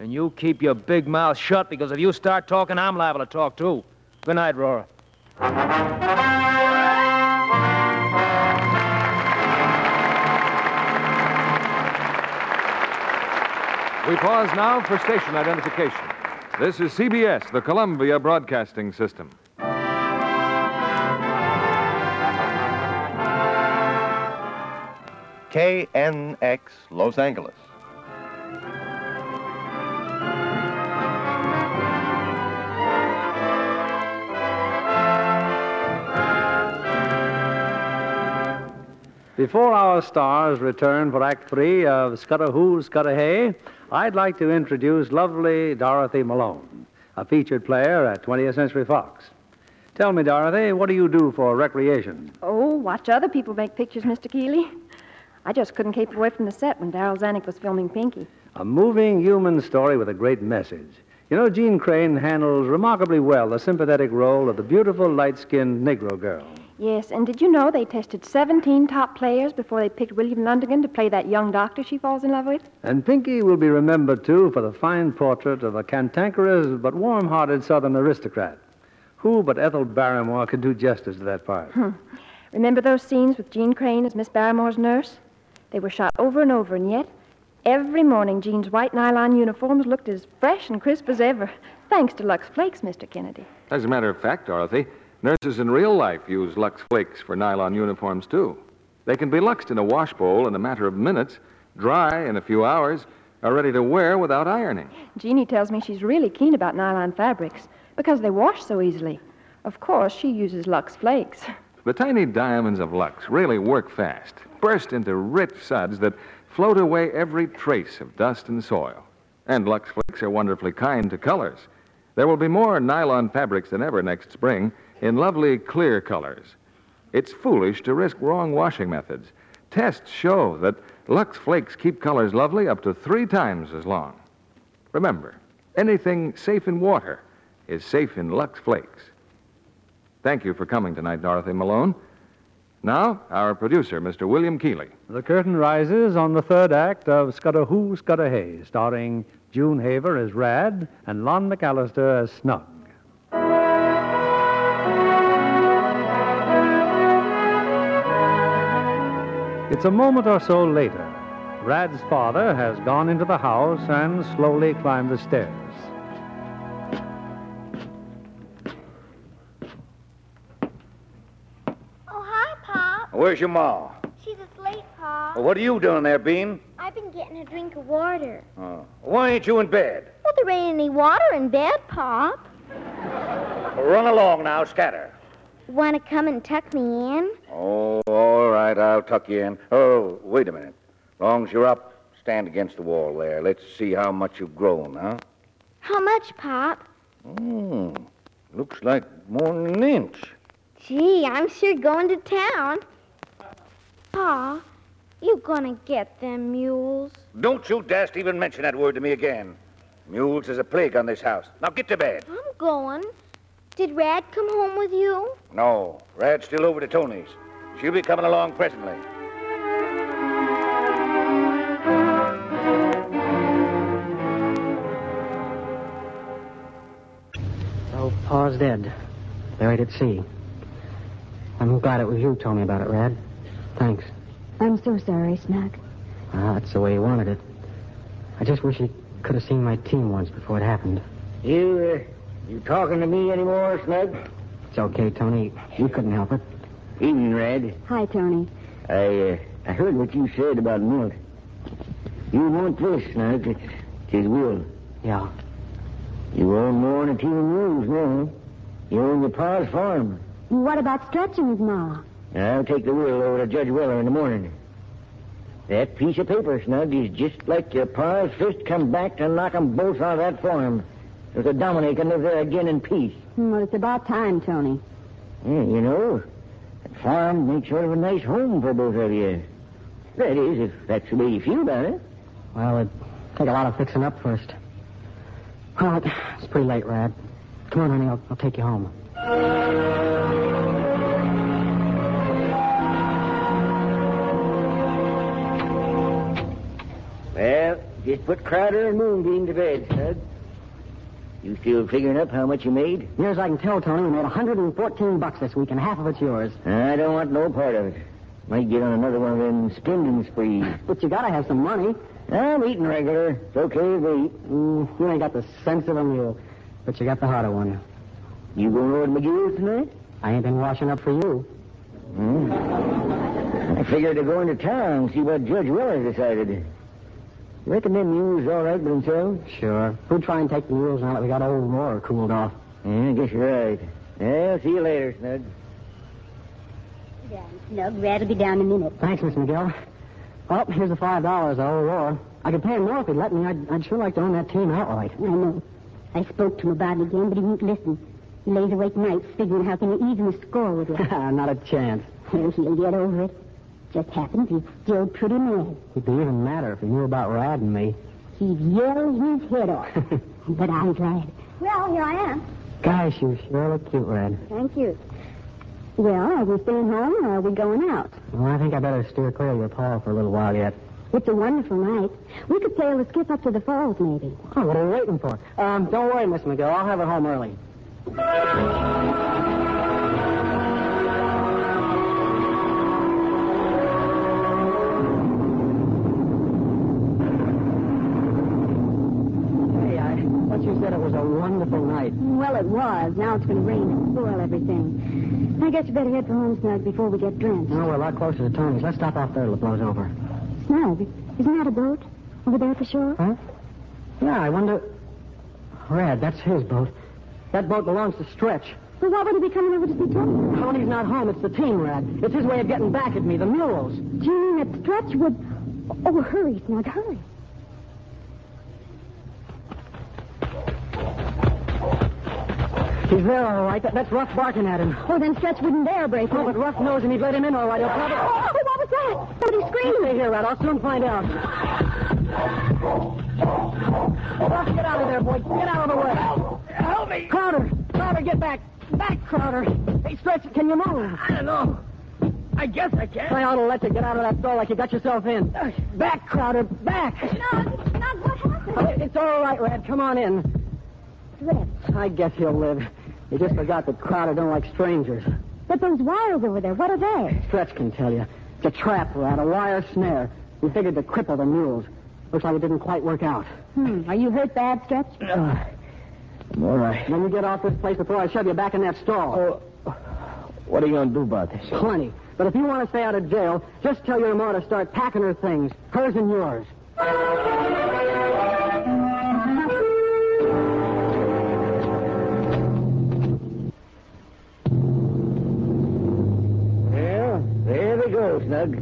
And you keep your big mouth shut because if you start talking, I'm liable to talk too. Good night, Aurora.
We pause now for station identification. This is CBS, the Columbia Broadcasting System.
KNX Los Angeles.
Before our stars return for Act Three of Scudder Who, Scudder Hey, I'd like to introduce lovely Dorothy Malone, a featured player at 20th Century Fox. Tell me, Dorothy, what do you do for recreation?
Oh, watch other people make pictures, Mr. Keeley. I just couldn't keep away from the set when Daryl Zanuck was filming Pinky.
A moving human story with a great message. You know, Jean Crane handles remarkably well the sympathetic role of the beautiful, light skinned Negro girl.
Yes, and did you know they tested 17 top players before they picked William Lundigan to play that young doctor she falls in love with?
And Pinky will be remembered, too, for the fine portrait of a cantankerous but warm hearted Southern aristocrat. Who but Ethel Barrymore could do justice to that part?
Hmm. Remember those scenes with Jean Crane as Miss Barrymore's nurse? They were shot over and over, and yet every morning Jean's white nylon uniforms looked as fresh and crisp as ever, thanks to Lux Flakes, Mr. Kennedy.
As a matter of fact, Dorothy, nurses in real life use Lux Flakes for nylon uniforms, too. They can be luxed in a wash bowl in a matter of minutes, dry in a few hours, are ready to wear without ironing.
Jeanie tells me she's really keen about nylon fabrics because they wash so easily. Of course, she uses Lux Flakes.
The tiny diamonds of Lux really work fast, burst into rich suds that float away every trace of dust and soil. And Lux Flakes are wonderfully kind to colors. There will be more nylon fabrics than ever next spring in lovely clear colors. It's foolish to risk wrong washing methods. Tests show that Lux Flakes keep colors lovely up to three times as long. Remember, anything safe in water is safe in Lux Flakes. Thank you for coming tonight, Dorothy Malone. Now, our producer, Mr. William Keeley.
The curtain rises on the third act of Scudder Who, Scudder Hey, starring June Haver as Rad and Lon McAllister as Snug. It's a moment or so later. Rad's father has gone into the house and slowly climbed the stairs.
Oh, hi, Pop.
Where's your ma?
She's asleep, Pop.
Well, what are you doing there, Bean?
I've been getting a drink of water.
Oh. Why ain't you in bed?
Well, there ain't any water in bed, Pop.
Run along now, scatter.
Want to come and tuck me in?
Oh, all right, I'll tuck you in. Oh, wait a minute. Long's you're up, stand against the wall there. Let's see how much you've grown, huh?
How much, Pop?
Hmm. Looks like more than an inch.
Gee, I'm sure going to town. Pa, You gonna get them mules?
Don't you dast even mention that word to me again. Mules is a plague on this house. Now get to bed.
I'm going. Did Rad come home with you?
No, Rad's still over to Tony's. She'll be coming along presently.
Oh, Pa's dead. Buried at sea. I'm glad it was you told me about it, Rad. Thanks.
I'm so sorry, Snack.
Well, that's the way you wanted it. I just wish you could have seen my team once before it happened.
You, uh, you talking to me anymore, Snug?
It's okay, Tony. You couldn't help it.
Evening, Red.
Hi, Tony.
I, uh, I heard what you said about Milt. You want this, Snug. It's his will.
Yeah.
You own more than a team of mules now. You own your pa's farm.
What about stretching his ma?
I'll take the will over to Judge Weller in the morning. That piece of paper, Snug, is just like your pa's fist come back to knock 'em both out of that farm. So the Dominic can live there again in peace.
Hmm, Well, it's about time, Tony.
Yeah, you know, that farm makes sort of a nice home for both of you. That is, if that's the way you feel about it.
Well, it'd take a lot of fixing up first. Well, it- it's pretty late, Rad. Come on, honey. I'll, I'll take you home.
Well, just put Crowder and Moonbeam to bed, Snug. You still figuring up how much you made?
Near as I can tell, Tony, we made 114 bucks this week, and half of it's yours.
I don't want no part of it. Might get on another one of them spending sprees.
But you gotta have some money.
I'm eating regular. It's okay to eat.
Mm, you ain't got the sense of a mule, but you got the heart of one.
You going over to McGill's tonight?
I ain't been washing up for you.
I figured to go into town and see what Judge Weller decided. Reckon them mules all right by themselves?
Sure. We'll try and take the mules now that we got old Laura cooled off.
Yeah, I guess you're right. Yeah, see you later, Snug.
Snug, Rad'll be down in a minute.
Thanks, Miss McGill. Well, here's the five dollars I owe Laura. I could pay him more if he'd let me. I'd, I'd sure like to own that team outright.
I know. I spoke to him about it again, but he won't listen. He lays awake nights figuring how can he even the score with it.
Not a chance.
Well, he'll get over it. Just happens he's still pretty mad.
He'd be even madder if he knew about Rad and me.
He's yelled his head off. but I'm glad.
Well, here I am.
Gosh, you sure look cute, Rad.
Thank you. Well, are we staying home or are we going out?
Well, I think I better steer clear of your paw for a little while yet.
It's a wonderful night. We could sail the skiff up to the falls, maybe.
Oh, what are we waiting for? Um, don't worry, Miss McGill. I'll have it home early. Hey, I thought you said it was a wonderful night.
Well, it was. Now it's going to rain and spoil everything. I guess you better head for home, Snug, before we get drenched.
No, we're a lot closer to Tony's. Let's stop off there till it blows over.
Snug, isn't that a boat? Over there at the shore?
Huh? Yeah, I wonder. Rad, that's his boat. That boat belongs to Stretch.
Well, why would he be coming over to see Tony?
Tony's not home. It's the team, Rad. It's his way of getting back at me, the mules.
Do you mean that Stretch would... Oh, hurry, Snug, hurry.
He's there, all right. That, that's Ruff barking at him.
Oh, then Stretch wouldn't dare break
Oh, but Ruff knows him. He'd let him in, all right. He'll probably...
Oh, what was that? Somebody
You
screamed.
Stay here, Rad. I'll soon find out. Ruff, get out of there, boy. Get out of the way. Help, me. Crowder. Crowder, get back. Back, Crowder. Hey, Stretch, can you move?
I don't know. I guess I can.
I ought to let you get out of that door like you got yourself in. Back, Crowder. Back.
Snug, Snug, what happened?
Oh, It's all right, Rad. Come on in.
Stretch,
I guess he'll live. He just forgot that Crowder don't like strangers.
but those wires over there, what are they?
Stretch can tell you. It's a trap, Rad, a wire snare. We figured to cripple the mules. Looks like it didn't quite work out.
Hmm, are you hurt bad, Stretch?
Uh,
All right.
then you get off this place before I shove you back in that stall.
Oh, What are you going to do about this?
Plenty. But if you want to stay out of jail, just tell your ma to start packing her things, hers and yours.
Well, there they go, Snug.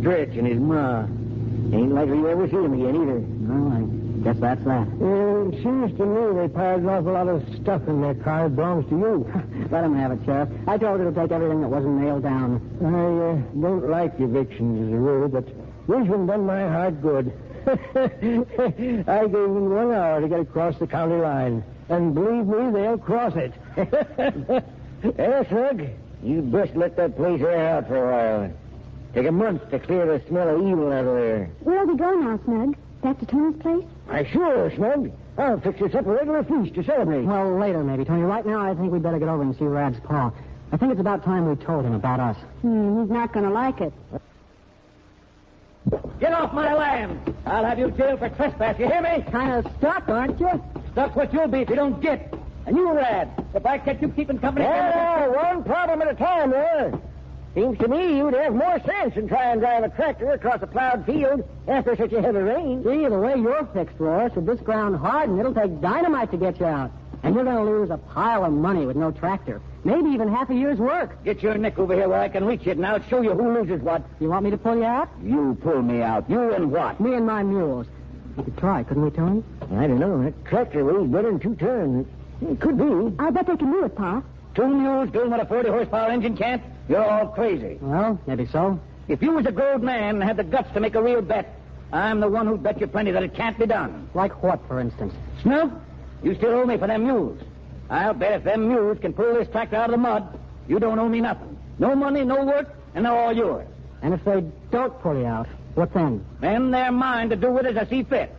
Stretch and his ma. Ain't likely you ever see him again, either.
Well, I guess that's that.
Well, it seems to me they piled an awful lot of stuff in their car that belongs to you.
Let him have it, Sheriff. I told her to take everything that wasn't nailed down.
I uh, don't like evictions as a rule, but This one done my heart good. I gave them one hour to get across the county line, and believe me, they'll cross it. Eh, yes, Hug, you best let that place air out for a while. Take a month to clear the smell of evil out of there.
Where'll we go now, Snug? Back to Tony's place?
I sure, Snug. I'll fix us up a regular feast to celebrate.
Well, later, maybe, Tony. Right now, I think we'd better get over and see Rad's pa. I think it's about time we told him about us. Hmm, he's not going to like it.
Get off my land! I'll have you jailed for trespass, you hear me? Kind of stuck, aren't you? Stuck what you'll be if you don't get. And you, Rad, if I catch you keeping company...
Yeah, one problem at a time there. Seems to me you'd have more sense than try and drive a tractor across a plowed field after such a heavy rain.
See, the way you're fixed, Royce, with this ground hardened, it'll take dynamite to get you out. And you're going to lose a pile of money with no tractor. Maybe even half a year's work.
Get your nick over here where I can reach it, and I'll show you who loses what.
You want me to pull you out?
You pull me out. You and what?
Me and my mules. We could try, couldn't we, Tony?
I don't know. That tractor weighs better than two tons. It could be.
I bet they can do it, Pa.
Two mules doing what a 40 horsepower engine can't? You're all crazy.
Well, maybe so.
If you was a grown man and had the guts to make a real bet, I'm the one who'd bet you plenty that it can't be done.
Like what, for instance?
Snoop, you still owe me for them mules. I'll bet if them mules can pull this tractor out of the mud, you don't owe me nothing. No money, no work, and they're all yours.
And if they don't pull you out, what then?
Then they're mine to do with as I see fit.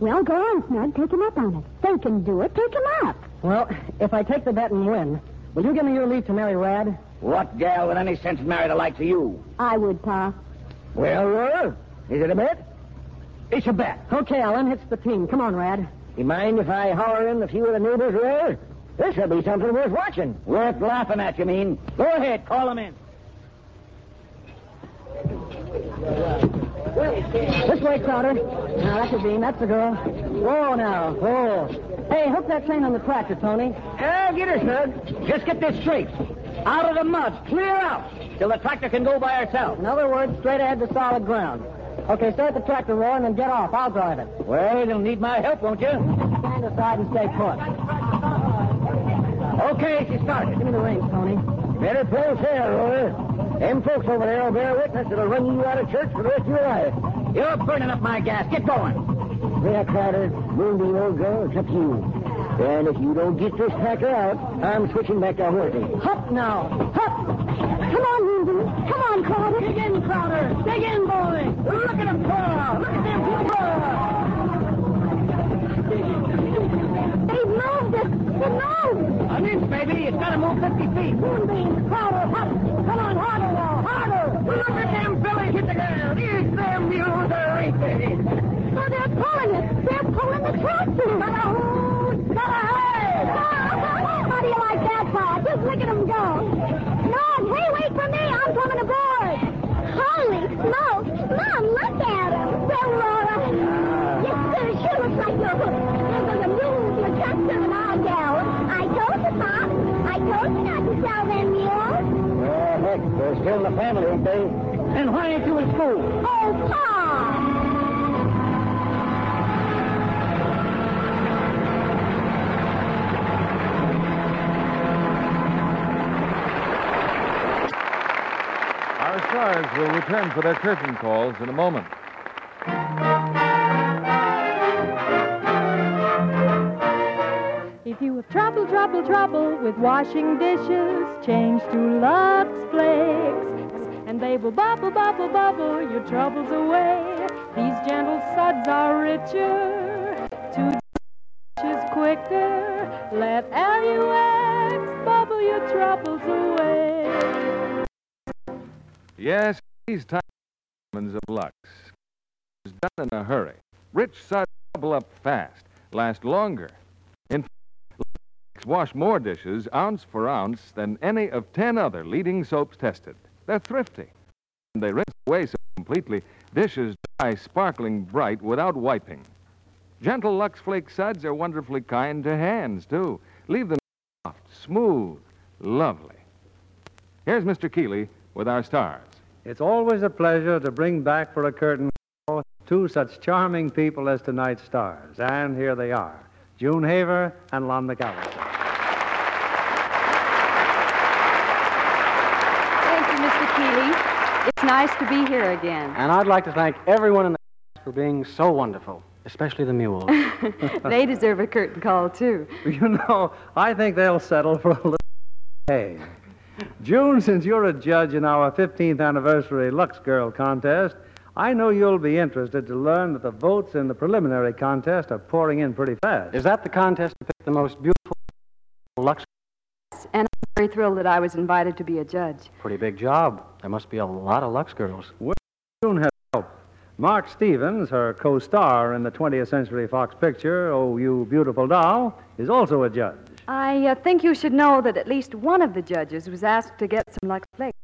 Well, go on, Snug. Take him up on it. They can do it. Take him up. Well, if I take the bet and win, will you give me your leave to marry Rad?
What gal with any sense married a like to you?
I would, Pa.
Well, Laura, is it a bet? It's a bet.
Okay, Ellen, it's the team. Come on, Rad.
You mind if I holler in a few of the neighbors, Rare? This'll be something worth watching. Worth laughing at, you mean? Go ahead, call them in.
This way, Crowder. Now, that's a beam. That's the girl. Whoa, now. Whoa. Hey, hook that chain on the tractor, Tony.
Ah, get her, Snug. Just get this straight. Out of the mud, clear out, till the tractor can go by herself.
In other words, straight ahead to solid ground. Okay, start the tractor, Roy, and then get off. I'll drive it.
Well, you'll need my help, won't you?
Stand aside and stay put.
Okay, she started.
Give me the reins, Tony.
Better play fair, Roy. Them folks over there will bear witness that'll run you out of church for the rest of your life. You're burning up my gas. Get going. There, Carter. Moonbeam, old girl, it's up to you. And if you don't get this packer out, I'm switching back to horses.
Hop now. Hop. Come on, Moonbeam. Come on, Crowder.
Dig in, Crowder. Dig in, boy. Look at him paw. Look at them paw.
They've moved it. They've moved.
An inch, baby. It's got to move 50 feet.
Moonbeam, Crowder, hop. Come on, harder now. Harder.
Look at them Billy. Hit the ground. It's them mules are racing.
Oh, they're pulling it. They're pulling the tractor. oh,
Got
uh, How do you like that, Pa? Just look at them go. No, hey, wait for me. I'm coming aboard. Holy smokes. Mom, look at them. Well, Laura, you sure, sure looks like you're hooked. There was a mule in the tractor and all gals. I told you, Pa. I told you not to sell them mules.
Well, heck, they're still in the family, ain't they? Then why ain't you in school?
Oh, Pa.
Our stars will return for their curtain calls in a moment.
If you have trouble, trouble, trouble with washing dishes, change to Lux Flakes, and they will bubble, bubble, bubble your troubles away. These gentle suds are richer, two dishes quicker. Let Lux bubble your troubles away.
Yes, these types of diamonds of Lux is done in a hurry. Rich suds bubble up fast, last longer. In fact, Lux wash more dishes ounce for ounce than any of ten other leading soaps tested. They're thrifty, and they rinse away so completely dishes dry sparkling bright without wiping. Gentle Lux Flake suds are wonderfully kind to hands too. Leave them soft, smooth, lovely. Here's Mr. Keeley with our stars.
It's always a pleasure to bring back for a curtain call two such charming people as tonight's stars. And here they are June Haver and Lon McAllister.
Thank you, Mr. Keeley.
It's nice to be here again.
And I'd like to thank everyone in the cast for being so wonderful, especially the mules.
they deserve a curtain call, too.
You know, I think they'll settle for a little. Hey. June, since you're a judge in our 15th anniversary Lux Girl contest, I know you'll be interested to learn that the votes in the preliminary contest are pouring in pretty fast.
Is that the contest to pick the most beautiful Lux?
And I'm very thrilled that I was invited to be a judge.
Pretty big job. There must be a lot of Lux girls.
Well, June has help. Mark Stevens, her co star in the 20th Century Fox picture, Oh You Beautiful Doll, is also a judge.
I uh, think you should know that at least one of the judges was asked to get some Lux Flakes.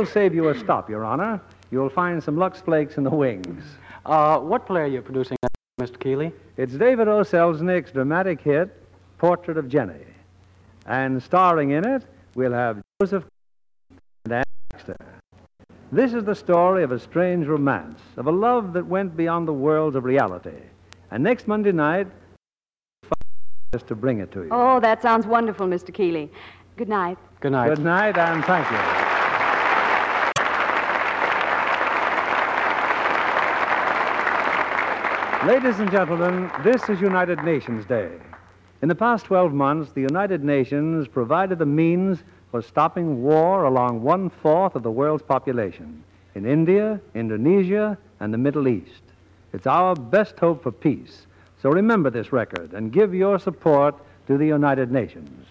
We'll save you a stop, Your Honor. You'll find some Lux Flakes in the wings.
Uh, what play are you producing, Mr. Keeley?
It's David O. Selznick's dramatic hit, Portrait of Jenny. And starring in it, we'll have Joseph and Ann Baxter. This is the story of a strange romance, of a love that went beyond the worlds of reality. And next Monday night, us to bring it to you.
Oh, that sounds wonderful, Mr. Keeley. Good night.
Good night.
Good night, and thank you. Ladies and gentlemen, this is United Nations Day. In the past 12 months, the United Nations provided the means for stopping war along one fourth of the world's population in India, Indonesia, and the Middle East. It's our best hope for peace. So remember this record and give your support to the United Nations.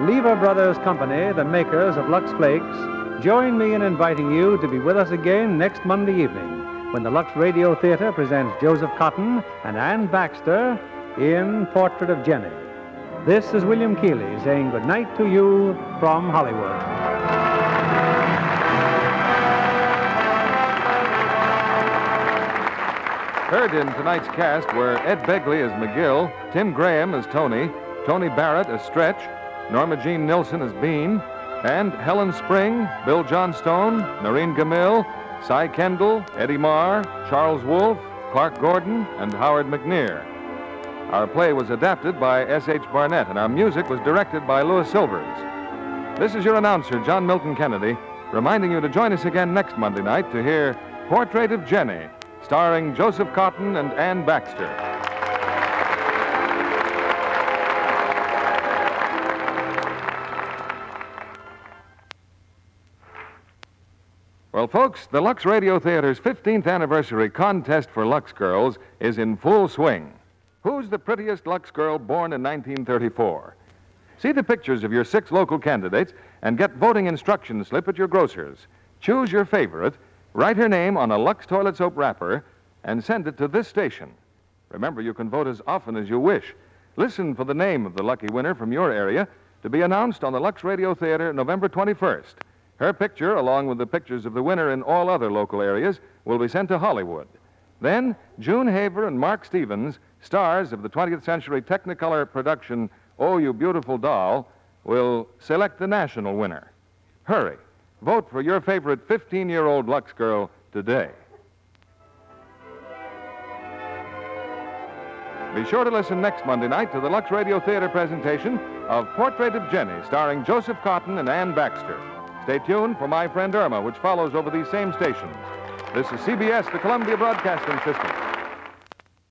Lever Brothers Company, the makers of Lux Flakes, join me in inviting you to be with us again next Monday evening when the Lux Radio Theater presents Joseph Cotton and Ann Baxter in Portrait of Jenny. This is William Keeley saying good night to you from Hollywood.
Heard in tonight's cast were Ed Begley as McGill, Tim Graham as Tony, Tony Barrett as Stretch, Norma Jean Nilsson as Bean, and Helen Spring, Bill Johnstone, Noreen Gamil, Cy Kendall, Eddie Marr, Charles Wolfe, Clark Gordon, and Howard McNear. Our play was adapted by S.H. Barnett, and our music was directed by Louis Silvers. This is your announcer, John Milton Kennedy, reminding you to join us again next Monday night to hear Portrait of Jenny, starring Joseph Cotton and Ann Baxter. Well, folks, the Lux Radio Theater's 15th anniversary contest for Lux Girls is in full swing. Who's the prettiest Lux girl born in 1934? See the pictures of your six local candidates and get voting instruction slip at your grocer's. Choose your favorite, write her name on a Lux toilet soap wrapper, and send it to this station. Remember, you can vote as often as you wish. Listen for the name of the lucky winner from your area to be announced on the Lux Radio Theater November 21st. Her picture, along with the pictures of the winner in all other local areas, will be sent to Hollywood. Then, June Haver and Mark Stevens, stars of the 20th Century Technicolor production Oh, You Beautiful Doll, will select the national winner. Hurry. Vote for your favorite 15 year old Lux girl today. Be sure to listen next Monday night to the Lux Radio Theater presentation of Portrait of Jenny, starring Joseph Cotton and Ann Baxter. Stay tuned for My Friend Irma, which follows over these same stations. This is CBS, the Columbia Broadcasting System.